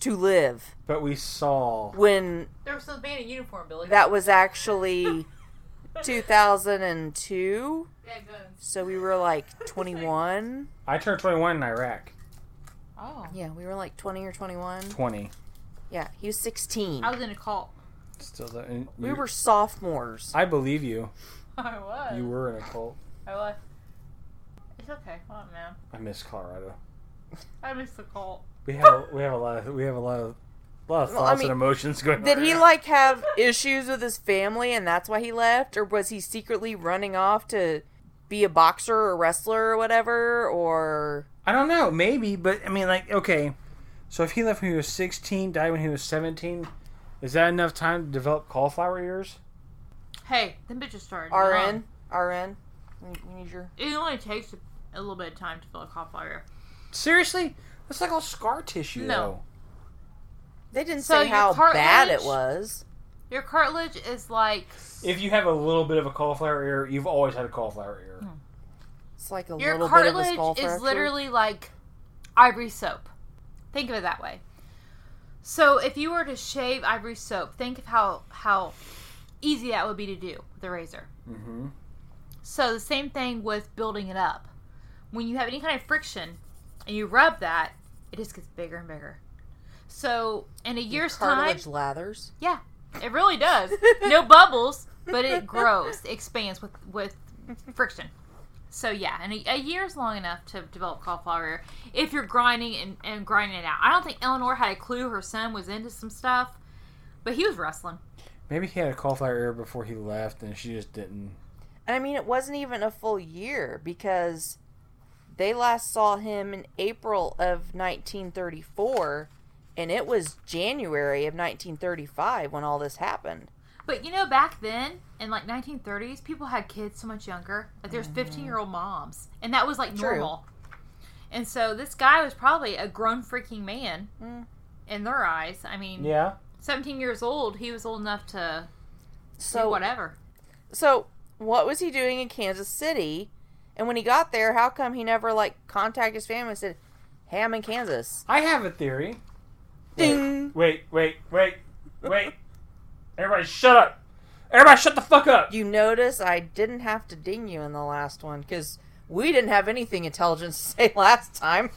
to live But we saw. when There was some band in uniform, Billy. that was actually 2002. Bad guns. So we were like 21. I turned 21 in Iraq. Oh. Yeah, we were like 20 or 21. 20. Yeah, he was 16. I was in a cult. Still, the, and We you- were sophomores. I believe you. I was. You were in a cult. I was. It's okay. Come on, man. I miss Colorado. I miss the cult. We have we have a lot of we have a lot of a lot of Well, I thoughts mean, and emotions going. Did on. he like have issues with his family and that's why he left? Or was he secretly running off to be a boxer or wrestler or whatever? Or. I don't know. Maybe, but I mean, like, okay. So if he left when he was 16, died when he was 17, is that enough time to develop cauliflower ears? Hey, them bitches started. RN. RN. We we need your. It only takes a a little bit of time to fill a cough logger. Seriously? That's like all scar tissue, No. though. They didn't So say your how bad cartilage- it was. Your cartilage is like If you have a little bit of a cauliflower ear, you've always had a cauliflower ear. It's like a your little bit of a cartilage skull is fracture. literally like ivory soap. Think of it that way. So if you were to shave ivory soap, think of how how easy that would be to do with a razor. Mm-hmm. So the same thing with building it up. When you have any kind of friction and you rub that, it just gets bigger and bigger. So in a year's time, cartilage lathers. yeah, it really does. No bubbles, but it grows, it expands with with friction. So yeah, and a, a year is long enough to develop cauliflower if you're grinding and, and grinding it out. I don't think Eleanor had a clue her son was into some stuff, but he was wrestling. Maybe he had a cauliflower ear before he left, and she just didn't. And I mean, it wasn't even a full year because they last saw him in April of 1934, and it was January of 1935 when all this happened. But you know, back then in like 1930s, people had kids so much younger. Like Mm-hmm. there's 15 year old moms, and that was like True. normal. And so this guy was probably a grown freaking man Mm. in their eyes. I mean, Yeah. 17 years old, he was old enough to do So whatever. So, what was he doing in Kansas City? And when he got there, how come he never like contacted his family and said, "Hey, I'm in Kansas." I have a theory. Ding. Wait, wait, wait, wait. Everybody shut up. Everybody shut the fuck up. You notice I didn't have to ding you in the last one because we didn't have anything intelligent to say last time.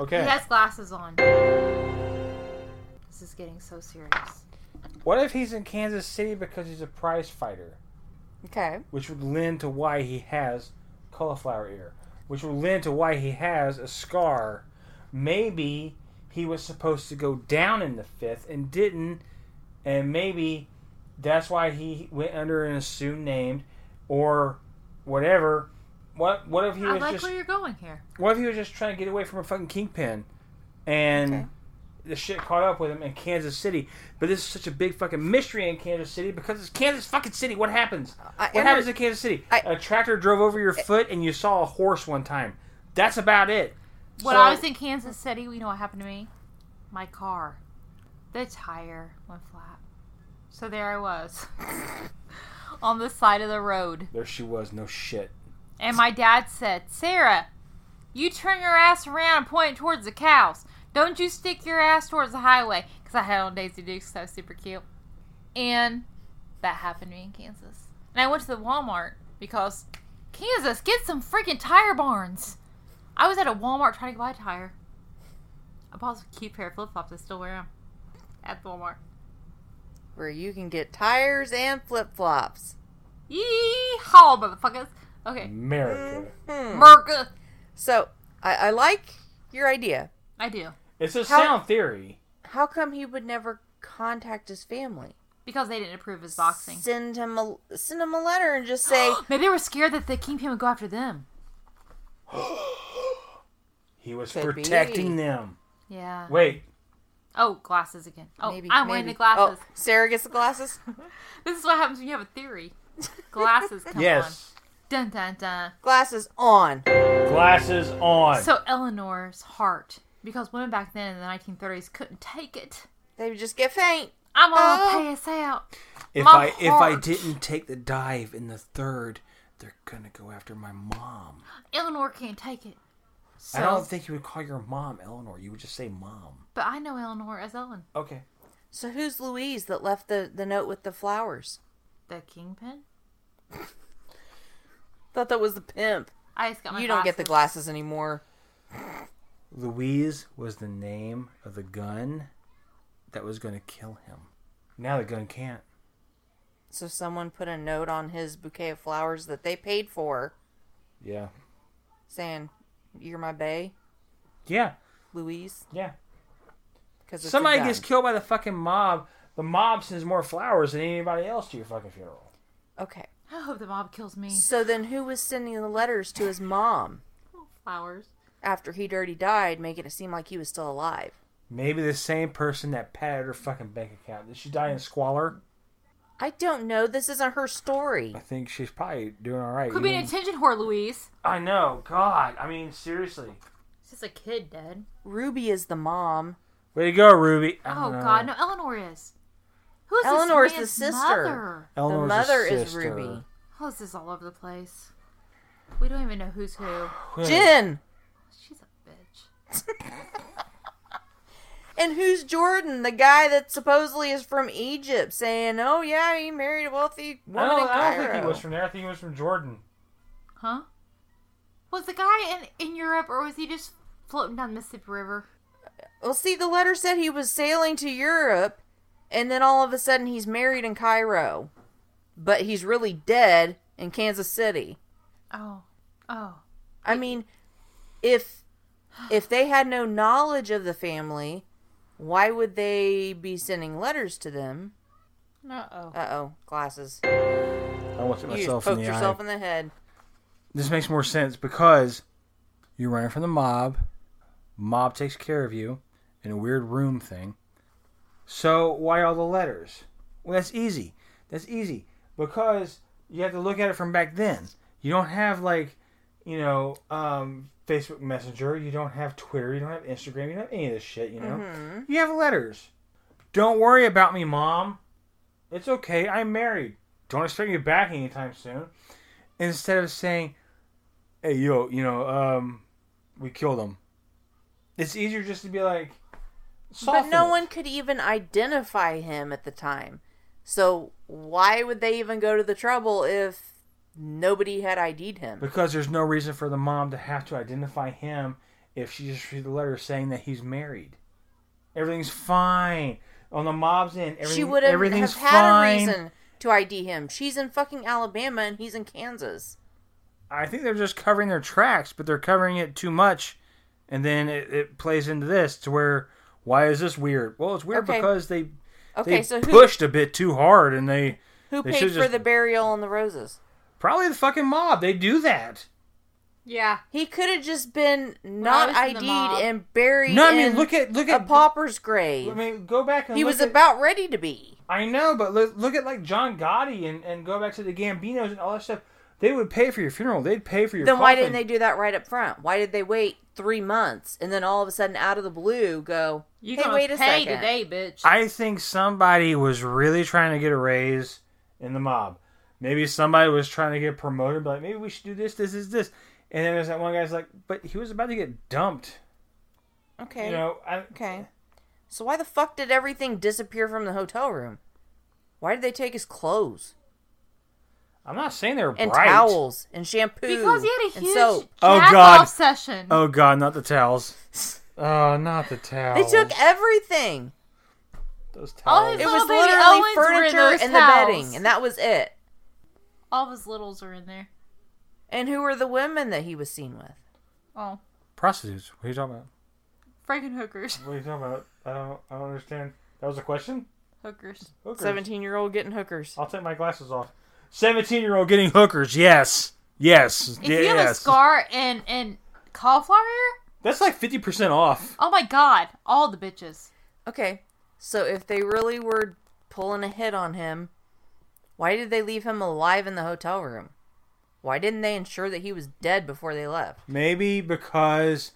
Okay. He has glasses on. This is getting so serious. What if he's in Kansas City because he's a prize fighter, Okay. which would lend to why he has cauliflower ear, which would lend to why he has a scar. Maybe he was supposed to go down in the fifth and didn't, and maybe that's why he went under an assumed name, or whatever. What what if he I was like just where you're going here. what if he was just trying to get away from a fucking kingpin, and Okay. the shit caught up with him in Kansas City? But this is such a big fucking mystery in Kansas City because it's Kansas fucking City. What happens? I, What happens in Kansas City? I- Eh. A tractor drove over your foot, and you saw a horse one time. That's about it. When So- I was in Kansas City, you know what happened to me? My car, the tire went flat. So there I was on the side of the road. There she was. No shit. And my dad said, Sarah, you turn your ass around and point towards the cows. Don't you stick your ass towards the highway. Because I had on Daisy Dukes, so super cute. And that happened to me in Kansas. And I went to the Walmart because Kansas, get some freaking tire barns. I was at a Walmart trying to buy a tire. I bought some cute pair of flip flops. I still wear them at the Walmart. where you can get tires and flip flops. Yeehaw, motherfuckers. Okay, America. Mm. Merca. So I, I like your idea. I do. It's a How- sound theory. How come he would never contact his family? Because they didn't approve his boxing. Oh, Send him a send him a letter and just say, Maybe they were scared that the kingpin would go after them. He was Could be. protecting them. Yeah. Wait. Oh, glasses again. Oh, maybe I'm maybe. wearing the Oh, glasses. Sarah gets the glasses. This is what happens when you have a theory. Glasses come Yes. on. Dun dun dun. glasses on. Glasses on. So Eleanor's heart, because women back then in the 1930s couldn't take it. They would just get faint. I'm gonna Oh. pass out. If My I if I heart. didn't take the dive in the third, they're gonna go after my mom. Eleanor can't take it. So, I don't think you would call your mom Eleanor. You would just say mom. but I know Eleanor as Ellen, Okay. So who's Louise that left the, the note with the flowers? the kingpin. Thought that was the pimp. I just got my. you don't get the glasses anymore. Louise was the name of the gun that was gonna kill him. Now the gun can't. So someone put a note on his bouquet of flowers that they paid for, Yeah. saying, "You're my bae, Yeah. Louise." Yeah. Because Somebody gets killed by the fucking mob. The mob sends more flowers than anybody else to your fucking funeral. Okay. I hope the mob kills me. So then, who was sending the letters to his mom Flowers. after he'd already died, making it seem like he was still alive? Maybe the same person that padded her fucking bank account. Did she die in squalor? I don't know. This isn't her story. I think she's probably doing all right. Could be an even- attention whore, Louise. I know. God. I mean, seriously. She's just a kid, Dad. Ruby is the mom. Way to go, Ruby. I Oh don't know. God, no, Eleanor is. Who's Eleanor's Eleanor's the this the sister. sister? Mother? Eleanor's the mother a is sister. Ruby. Oh, this is all over the place. We don't even know who's who. Wait, Jin. She's a bitch. And who's Jordan, the guy that supposedly is from Egypt, saying, "Oh yeah, he married a wealthy I woman in don't, I Cairo." don't think he was from there. I think he was from Jordan. Huh? Was the guy in, in Europe or was he just floating down the Mississippi River? well, see, the letter said he was sailing to Europe, and then all of a sudden he's married in Cairo, but he's really dead in Kansas City. Oh. Oh. I mean, if if they had no knowledge of the family, why would they be sending letters to them? Uh oh. Uh oh, glasses. I looked at You myself just in poked the yourself eye. in the head. This makes more sense because you're running from the mob. Mob takes care of you in a weird room thing. So why all the letters? Well, that's easy. That's easy because you have to look at it from back then. You don't have like, you know, um, Facebook Messenger. You don't have Twitter. You don't have Instagram. You don't have any of this shit. You know, Mm-hmm. you have letters. Don't worry about me, mom. It's okay. I'm married. Don't expect me back anytime soon. Instead of saying, "Hey, yo, you know, um, we killed him," it's easier just to be like. But soften no it. one could even identify him at the time. So why would they even go to the trouble if nobody had ID'd him? Because there's no reason for the mom to have to identify him if she just read the letter saying that he's married. Everything's fine. On the mob's end, everything, she would have, everything's have had fine. a reason to ID him. She's in fucking Alabama and he's in Kansas. I think they're just covering their tracks, but they're covering it too much. And then it, it plays into this to where, why is this weird? Well, it's weird Okay. because they, Okay, they so who pushed a bit too hard and they. who they paid for should've just- the burial and the roses? Probably the fucking mob. They do that. Yeah. He could have just been not was in the ID'd mob- and buried No, I in mean, look at. Look a at. pauper's I grave. mean, go back and He look was at- about ready to be. I know, but look, look at like John Gotti and, and go back to the Gambinos and all that stuff. They would pay for your funeral. They'd pay for your. then why coffin. didn't they do that right up front? Why did they wait three months and then all of a sudden, out of the blue, go? You hey, gonna wait a pay second. today, bitch. I think somebody was really trying to get a raise in the mob. Maybe somebody was trying to get promoted. But like, maybe we should do this. This is this. And then there's that one guy's like, but he was about to get dumped. Okay. You know. I, okay. So why the fuck did everything disappear from the hotel room? Why did they take his clothes I'm not saying they're and right. towels and shampoo? because he had a and huge soap? Oh, jack God. off session. Oh God, not the towels. Oh, not the They towels. took everything. those All towels. his It Little was baby literally Owen's were in furniture those and the towels. bedding, and that was it. All of his littles are in there. And who were the women that he was seen with? Oh. prostitutes. What are you talking about? Franken hookers. What are you talking about? I don't. I don't understand. That was a question. Hookers. Hookers. Seventeen-year-old getting hookers. I'll take my glasses off. Seventeen-year-old getting hookers. Yes, yes, If you have a scar and and cauliflower ear, that's like fifty percent off. oh my god, all the bitches. Okay, so if they really were pulling a hit on him, why did they leave him alive in the hotel room? Why didn't they ensure that he was dead before they left? Maybe because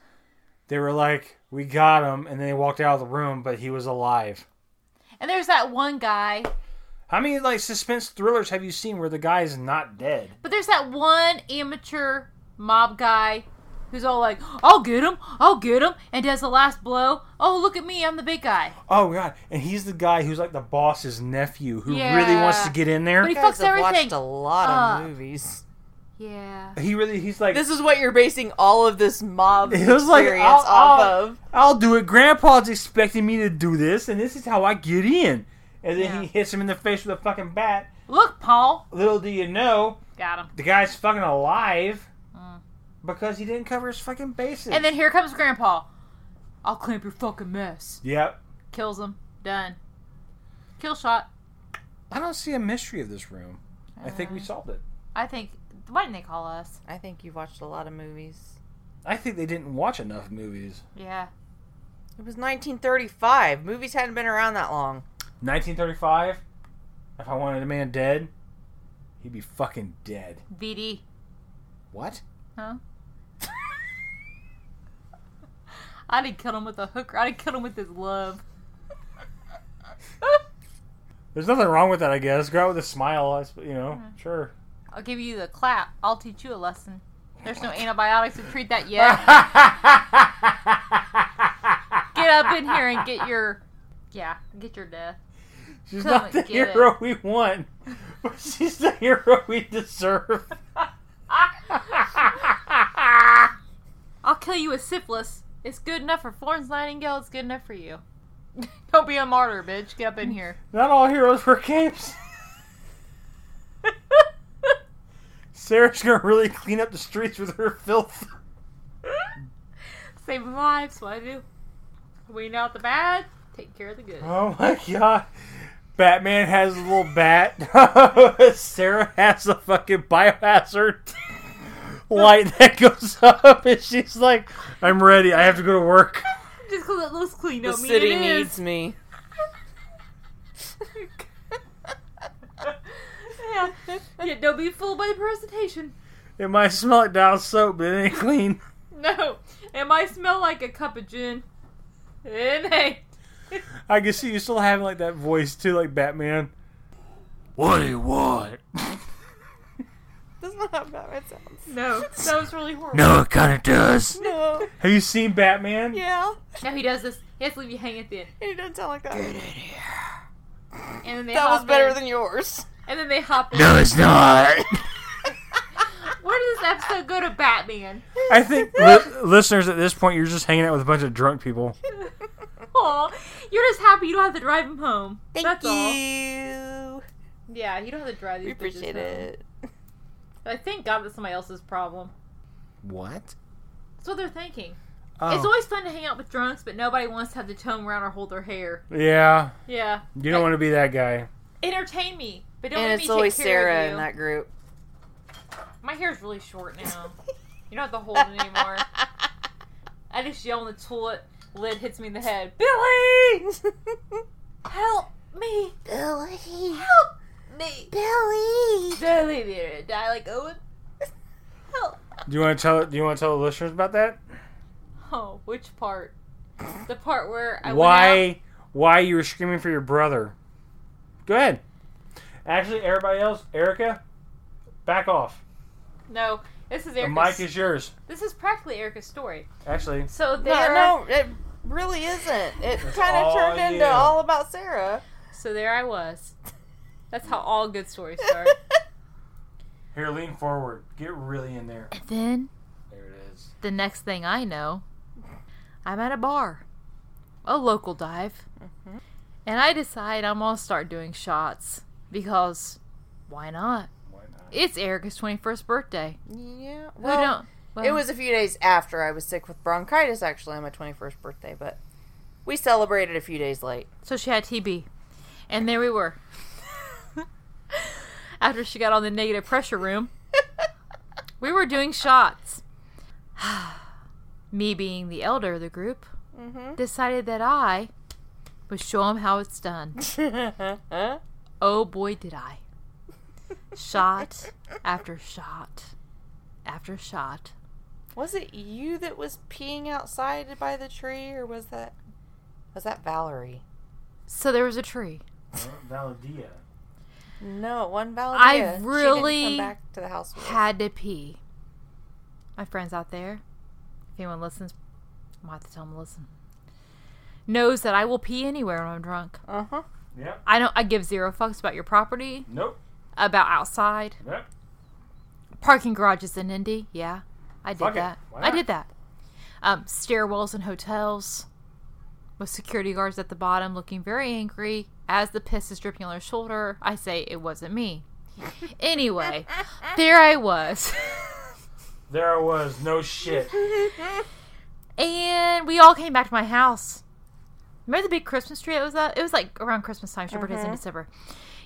they were like, "We got him," and then they walked out of the room, but he was alive. And there's that one guy, How many like suspense thrillers have you seen where the guy is not dead? but there's that one amateur mob guy who's all like, "I'll get him, I'll get him," and does the last blow. Oh, look at me, I'm the big guy. Oh god! And he's the guy who's like the boss's nephew who really wants Yeah. to get in there. But he You guys fucks have everything. watched a lot of up. movies. Yeah. he really he's like This is what you're basing all of this mob It experience was like, I'll- uh, off I'll- of. I'll do it. Grandpa's expecting me to do this, and this is how I get in. And then Yeah. he hits him in the face with a fucking bat. Look, Paul, Little do you know, got him. the guy's fucking alive because he didn't cover his fucking bases. Uh. And then here comes Grandpa. I'll clamp your fucking mess. yep. Kills him. Done. Kill shot. I don't see a mystery of this room. I think Uh. we solved it. I think. Why didn't they call us? I think you've watched a lot of movies. I think they didn't watch enough movies. Yeah. It was 1935. Movies hadn't been around that long. 1935. If I wanted a man dead, he'd be fucking dead. VD. What? Huh? I'd have killed him with a hooker. I'd have killed him with his love. There's nothing wrong with that, I guess. Go out with a smile, I sp- you know. Mm. Sure. I'll give you the clap. I'll teach you a lesson. There's no antibiotics to treat that yet. Get Get up in here and get your, yeah, get your death. She's Come not and the get it. hero we want, but she's the hero we deserve. I'll kill you with syphilis. It's good enough for Florence Nightingale. It's good enough for you. Don't be a martyr, bitch. Get up in here. not all heroes wear capes. Sarah's gonna really clean up the streets with her filth. Save lives. What I do? Wean out the bad. Take care of the good. Oh my god. Batman has a little bat. Sarah has a fucking biohazard light that goes up, and she's like, I'm ready. I have to go to work. Just because it looks clean, The don't mean city it is. needs me. yeah. yeah, don't be fooled by the presentation. It might smell like down soap, but it ain't clean. No, it might smell like a cup of gin. Eh, It ain't. I can see you still having like that voice too, like Batman. What do you want? That's not how Batman sounds. No, that was really horrible. No, it kind of does. No. Have you seen Batman? Yeah. No, he does this. He has to leave you hanging at the end. It doesn't sound like that. And then they That hop was better in. than yours. And then they hop in. it's not. Where does this episode go to Batman? I think li- listeners at this point, you're just hanging out with a bunch of drunk people. Aw, you're just happy you don't have to drive him home. Thank That's all. you. Yeah, you don't have to drive these We appreciate bitches home. it. I thank God that's somebody else's problem. What? That's what they're thinking. Oh. It's always fun to hang out with drunks, but nobody wants to have the comb around or hold their hair. yeah, Yeah. you don't want to be that guy. Entertain me, but don't And let me it's take always care Sarah of you. in that group. My hair's really short now. you don't have to hold it anymore. I just yell in the toilet. Lid hits me in the head. Billy, help me! Billy. Help me! Billy. Billy, there, die like oh, Owen. Help! Do you want to tell? Do you want to tell the listeners about that? Oh, which part? The part where I Went out- why? Why you were screaming for your brother? Go ahead. Actually, everybody else, Erica, back off. no, this is The Erica's. mic is yours. This is practically Erica's story. Actually, So there, No, no, it really isn't. It kind of all turned into you. all about Sarah. so there I was. That's how all good stories start. here, lean forward. Get really in there. and then There it is. the next thing I know, I'm at a bar, a local dive, and I decide I'm gonna start doing shots because why not? Why not? It's Erica's 21st birthday. yeah. Who don't? uh, Well, well, it was a few days after I was sick with bronchitis, actually, on my 21st birthday, but we celebrated a few days late. so she had TB, and there we were. After she got on the negative pressure room, we were doing shots. Me being the elder of the group, Mm-hmm. decided that I would show them how it's done. Oh boy, did I. Shot after shot after shot. was it you that was peeing outside by the tree, or was that was that Valerie? So there was a tree. Valadia. No, one Valerie. I she really didn't come back to the house. with us. Had to pee. My friends out there, if anyone listens, I have to tell them to listen. Knows that I will pee anywhere when I'm drunk. Uh-huh. Yep. I don't. I give zero fucks about your property, Nope. about outside Yep. parking garages in Indy. Yeah, I did Fuck it. that. Why I not? did that. Um, stairwells in hotels with security guards at the bottom looking very angry as the piss is dripping on their shoulder. I say it wasn't me. anyway, there I was. There I was. No shit. and we all came back to my house. Remember the big Christmas tree? It was uh, it was like around Christmas time. She birthday's in Mm-hmm. December.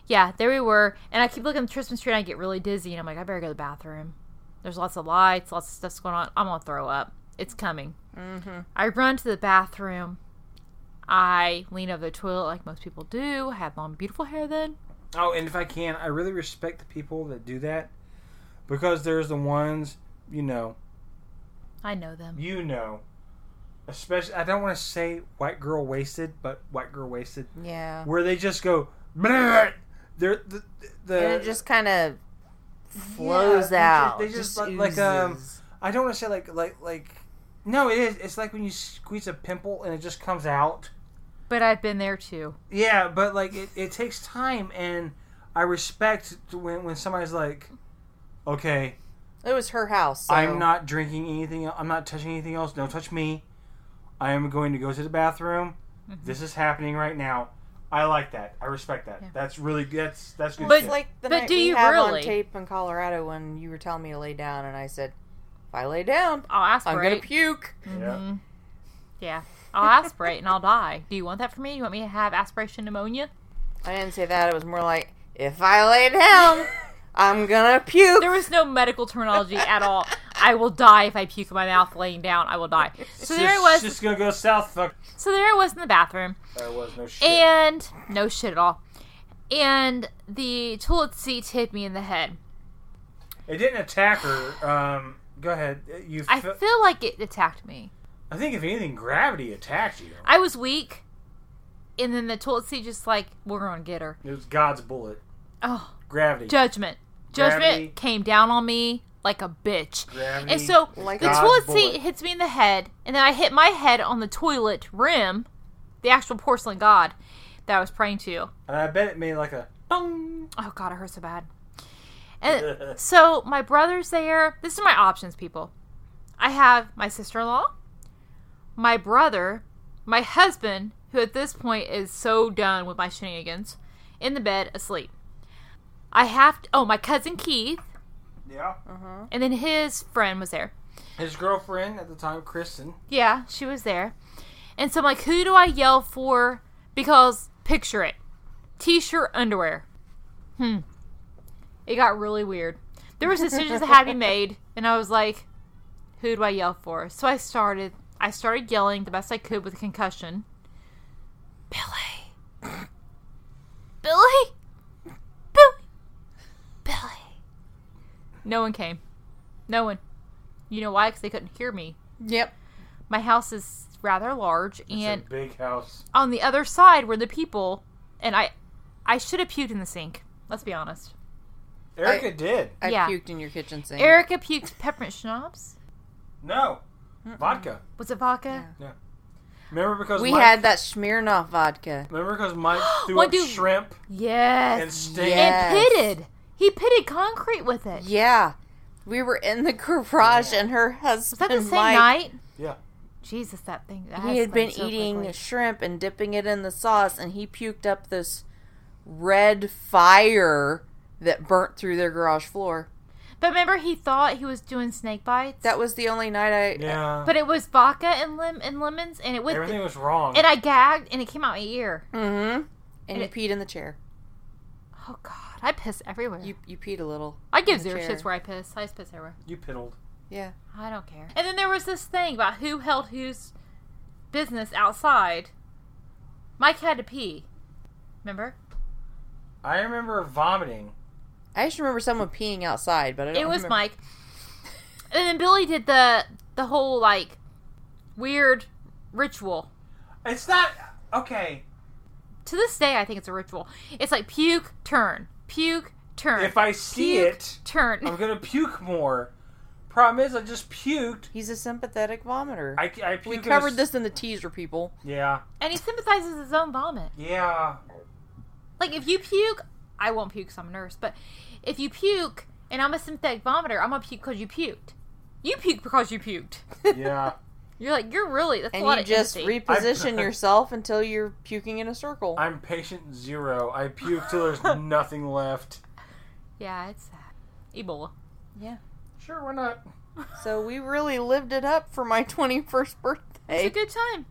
Yeah, there we were, and I keep looking at the Christmas tree, and I get really dizzy, and I'm like, I better go to the bathroom. There's lots of lights, lots of stuff's going on. I'm gonna throw up. It's coming. Mm-hmm. I run to the bathroom. I lean over the toilet like most people do. I had long, beautiful hair then. Oh, and if I can, I really respect the people that do that because there's the ones, you know, I know them. you know, especially, I don't want to say white girl wasted, but white girl wasted, Yeah. where they just go, "Bleh." they're the, the and it just kind of flows Yeah, out. they just- they just like- like, um, oozes. I don't want to say like, like, like, no, it is. It's like when you squeeze a pimple and it just comes out. But I've been there too. Yeah, but like it, it takes time, and I respect when when somebody's like, okay, it was her house. so- I'm not drinking anything. el- I'm not touching anything else. Don't touch me. I am going to go to the bathroom. This is happening right now. I like that. I respect that. Yeah. That's really that's that's good. But shit. like the but night do we you had really? on tape in Colorado when you were telling me to lay down, and I said, "If I lay down, I'll I'm aspirate. gonna puke." Mm-hmm. yeah. yeah. I'll aspirate and I'll die. Do you want that for me? You want me to have aspiration pneumonia? I didn't say that. It was more like, "If I lay down, I'm gonna puke." There was no medical terminology at all. I will die if I puke in my mouth laying down. I will die. So there I just, was. Just gonna go south. Fuck. So there I was in the bathroom. There was no shit. And no shit at all. And the toilet seat hit me in the head. it didn't attack her. Um, go ahead. You. I fe- feel like it attacked me. I think if anything, gravity attacked you. I was weak. And then the toilet seat just like, we're going to get her. It was God's bullet. Oh, Gravity. judgment. Judgment Gravity. came down on me like a bitch. Gravity. And so Like the God's toilet bullet. seat hits me in the head, and then I hit my head on the toilet rim, the actual porcelain god that I was praying to. and I bet it made like a dong. Oh god, it hurt so bad. And so my brother's there. This is my options, people. I have my sister-in-law, my brother, my husband, who at this point is so done with my shenanigans, in the bed asleep. I have to, oh my cousin Keith, yeah. and then his friend was there. His girlfriend at the time, Kristen. Yeah, she was there. And so I'm like, who do I yell for? Because picture it t shirt, underwear. Hmm. It got really weird. There was decisions that had to be made, and I was like, who do I yell for? So I started. I started yelling the best I could with a concussion. Billy. Billy. Billy. Billy. No one came. No one. You know why? Because they couldn't hear me yep. my house is rather large and It's a big house. on the other side were the people and i i should have puked in the sink let's be honest Erica did. I Yeah. puked in your kitchen sink. erica puked peppermint schnapps No. Vodka. was it vodka Remember because we Mike, had that Smirnoff vodka. Remember because Mike threw What up do- shrimp and yes steak. Yeah. Yes. and pitted he pitted concrete with it Yeah. We were in the garage, and her husband was that the same Mike, night Yeah. jesus that thing that He had been escalated so eating quickly. shrimp and dipping it in the sauce, and he puked up this red fire that burnt through their garage floor. but remember he thought he was doing snake bites That was the only night I. Yeah. but it was vodka and lim and lemons and it was Everything was wrong. and i gagged and it came out my ear Mm-hmm. And you It- peed in the chair. oh god i piss everywhere You you peed a little. i give in the zero chair. shits where i piss i just piss everywhere you piddled. Yeah. I don't care. And then there was this thing about who held whose business outside. Mike had to pee. Remember? I remember vomiting. I just remember someone peeing outside, but I don't It was remember- Mike. And then Billy did the the whole like weird ritual. It's not okay. To this day, I think it's a ritual. It's like puke, turn, puke, turn. If I see puke, it, Um, turn. I'm gonna puke more. Problem is, I just puked. He's a sympathetic vomiter. I, I puked we in a covered s- this in the teaser, people. Yeah, And he sympathizes his own vomit. yeah. Like if you puke, I won't puke 'cause I'm a nurse, but if you puke and I'm a synthetic vomiter, I'm gonna puke because you puked. You puked because you puked. Yeah. You're like you're really that's And a lot you of just empathy. reposition I- yourself until you're puking in a circle. I'm patient zero. I puke till there's nothing left. yeah, it's sad. Ebola. Sure, why not? so we really lived it up for my 21st It's birthday. a good time.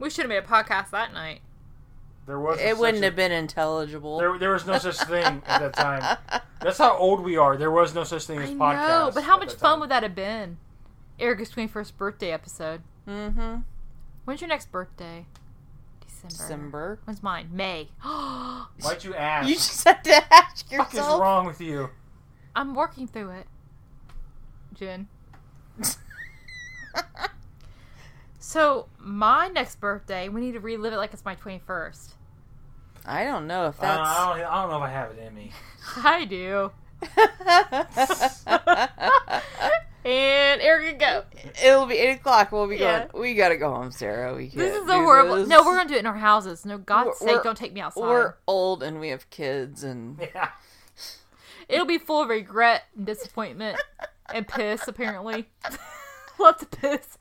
We should have made a podcast that night. There was. It wouldn't have been. been intelligible. There, there was no such thing at that time. That's how old we are. There was no such thing as I podcasts. know, but how at much that fun time. would that have been? Erica's twenty first birthday episode. mm-hmm. When's your next birthday? Dec- December. December. When's mine? May. Why'd you ask? You just had to ask what the fuck is yourself. wrong with you? I'm working through it. Jen. So my next birthday, we need to relive it like it's my 21st. I don't know if I don't, I, that's. don't, I don't know if I have it in me. I do. And Erica, go. It'll be eight o'clock. We'll be Yeah. going. We gotta go home, Sarah. We can't This is do so horrible. this. No, we're gonna do it in our houses. No, God's We're- sake, don't take me outside. We're old and we have kids and Yeah. It'll be full of regret and disappointment and piss. Apparently, lots of piss.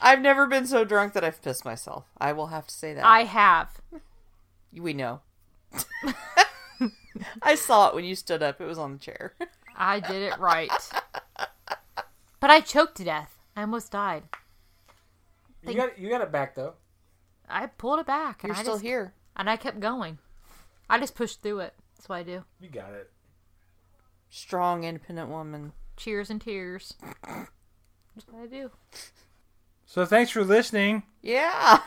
I've never been so drunk that I've pissed myself. I will have to say that. I have. we know. I saw it when you stood up. It was on the chair. I did it right. But I choked to death. I almost died. You got, you got it back, though. I pulled it back. And You're I still just, here. And I kept going. I just pushed through it. That's what I do. You got it. Strong, independent woman. Cheers and tears. That's what I do. So thanks for listening. Yeah.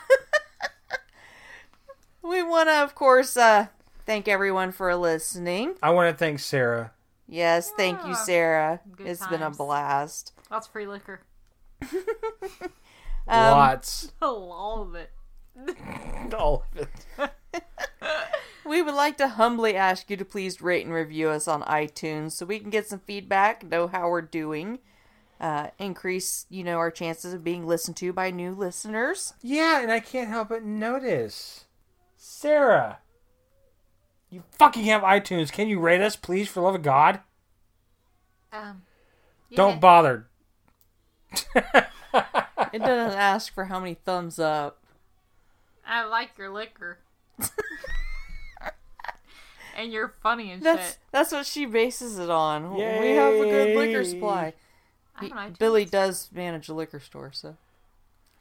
we want to, of course, uh, thank everyone for listening. I want to thank Sarah. Yes, thank you, Yeah. Sarah. It's Good been a times. blast. That's free liquor. Lots. All of it. All of it. We would like to humbly ask you to please rate and review us on iTunes so we can get some feedback, know how we're doing, uh, increase, you know, our chances of being listened to by new listeners. Yeah, and I can't help but notice. Sarah. You fucking have iTunes. Can you rate us, please, for the love of God? Um, Don't bother. It doesn't ask for how many thumbs up. I like your liquor. and you're funny and That's shit. that's what she bases it on. We have a good liquor Yay. supply. I don't know. Billy does manage a liquor store, so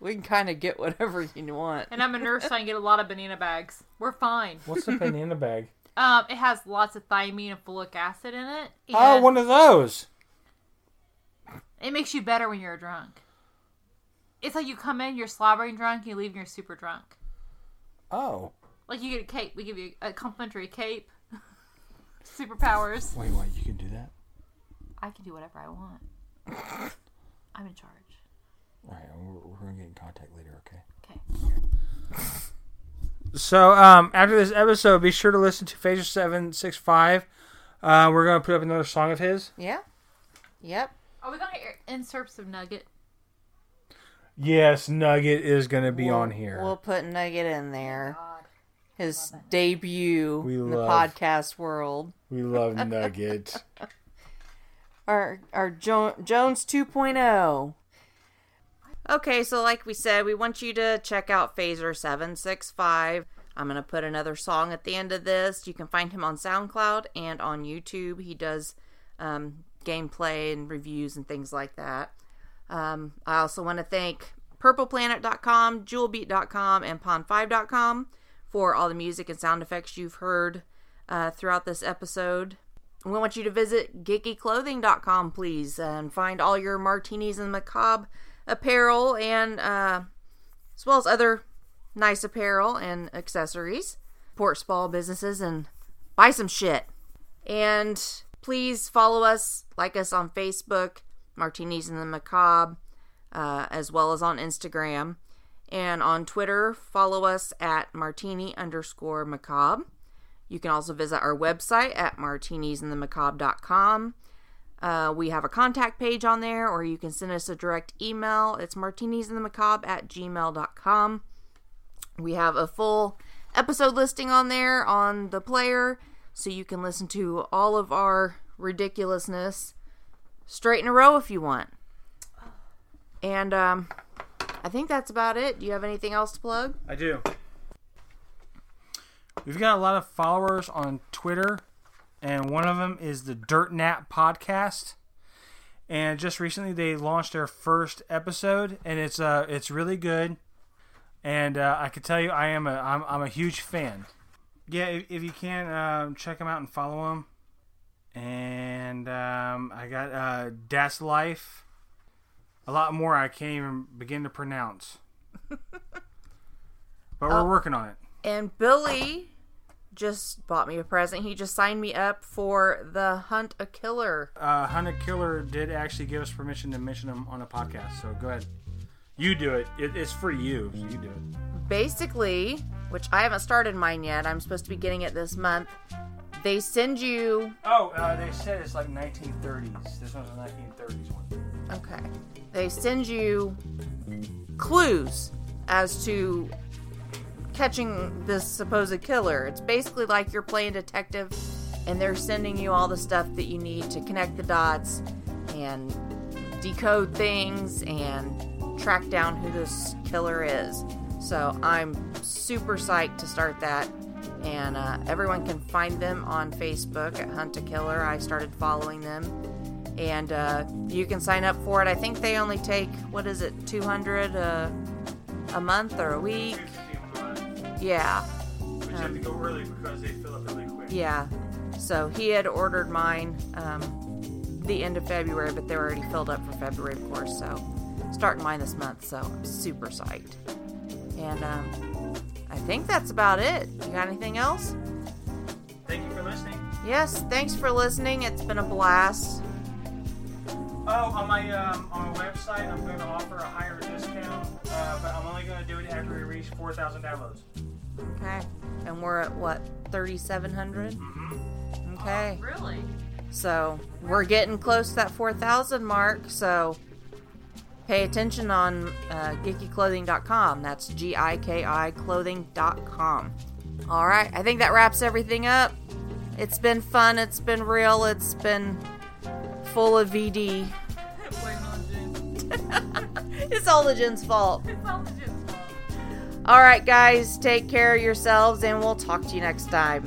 we can kind of get whatever you want. And I'm a nurse, so I get a lot of banana bags. We're fine. What's the banana bag? Um, it has lots of thiamine and folic acid in it. Oh, and one of those. It makes you better when you're drunk. It's like you come in, you're slobbering drunk, you leave, and you're super drunk. Oh. Like you get a cape, we give you a complimentary cape. Superpowers. Wait, wait, you can do that? I can do whatever I want. I'm in charge. All right, we're, we're going to get in contact later, okay? Okay. So, um, after this episode, be sure to listen to Phaser765. Uh, we're going to put up another song of his. Yeah. Yep. Are Oh, we gonna insert some nugget? Yes, Nugget is going to be We'll- on here. We'll put Nugget in there. Oh His debut We in the love- podcast world. we love Nugget. Our our jo- Jones oh. 2.0. Okay, so like we said, we want you to check out Phaser 765. I'm going to put another song at the end of this. You can find him on SoundCloud and on YouTube. He does um, gameplay and reviews and things like that. Um, I also want to thank purpleplanet.com, jewelbeat.com, and pond5.com for all the music and sound effects you've heard uh, throughout this episode. We want you to visit geekyclothing.com, please, and find all your martinis and macabre apparel and uh, as well as other nice apparel and accessories. Support small businesses and buy some shit. And please follow us, like us on Facebook, Martinis and the Macabre, uh, as well as on Instagram. And on Twitter, follow us at martini underscore macabre. You can also visit our website at martinisandthemacabre.com. Uh, we have a contact page on there, or you can send us a direct email. It's martinisandthemacabre at gmail.com. We have a full episode listing on there on the player, so you can listen to all of our ridiculousness straight in a row if you want. And um, I think that's about it. Do you have anything else to plug? I do. We've got a lot of followers on Twitter, and one of them is the Dirt Nap Podcast. And just recently, they launched their first episode, and it's uh, it's really good. And uh, I can tell you, I am a I'm, I'm a huge fan. Yeah, if, if you can, um, check them out and follow them. And um, I got uh, Das Life. A lot more I can't even begin to pronounce. but we're working on it. And Billy just bought me a present. He just signed me up for the Hunt a Killer. Uh, Hunter Killer did actually give us permission to mention him on a podcast, so go ahead. You do it. it it's for you, so you do it. Basically, which I haven't started mine yet. I'm supposed to be getting it this month. They send you Oh, uh, they said it's like 1930s. This one's a 1930s one. Okay. They send you clues as to catching this supposed killer. It's basically like you're playing detective and they're sending you all the stuff that you need to connect the dots and decode things and track down who this killer is. So I'm super psyched to start that. And uh, everyone can find them on Facebook at Hunt a Killer. I started following them and uh, you can sign up for it. I think they only take what is it, 200 uh, a month or a week? Yeah, But you uh, have to go early because they fill up really quick. yeah. So he had ordered mine um, the end of February, but they're already filled up for February, of course. So starting mine this month, so I'm super psyched. And um, I think that's about it. You got anything else? Thank you for listening. Yes. Thanks for listening. It's been a blast. Oh, on my um, on my website, I'm going to offer a higher discount, uh, but I'm only going to do it after we reach 4,000 downloads. Okay. And we're at what 3,700. Okay. Really? So we're getting close to that 4,000 mark. So pay attention on uh, geekyclothing.com. That's G I K I clothing.com. All right. I think that wraps everything up. It's been fun. It's been real. It's been full of VD. It's all the Jen's fault. All right, guys. Take care of yourselves, and we'll talk to you next time.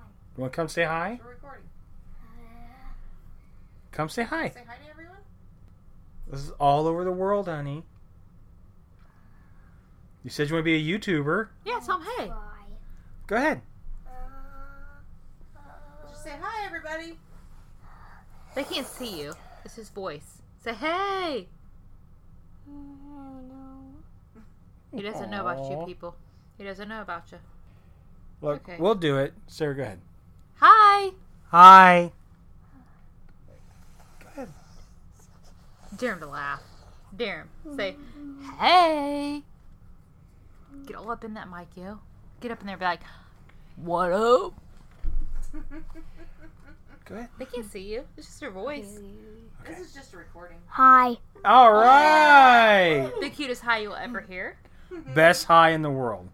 You want to come say hi? Come say hi. hi to everyone. This is all over the world, honey. You said you want to be a YouTuber. Yeah, Tom, hey. Go ahead. Just say hi, everybody. They can't see you. It's his voice. Say, hey. He doesn't know about Aw. you, people. He doesn't know about you. Look, Okay. we'll do it. Sarah, go ahead. Hi. Hi. Go ahead. Dare him to laugh. Dare him. Say, hey. Get all up in that mic, yo. Get up in there and be like, what up? Go ahead. They can't see you. It's just your voice. This is just a recording. Hi. All right. The cutest hi you'll ever hear. Best high in the world.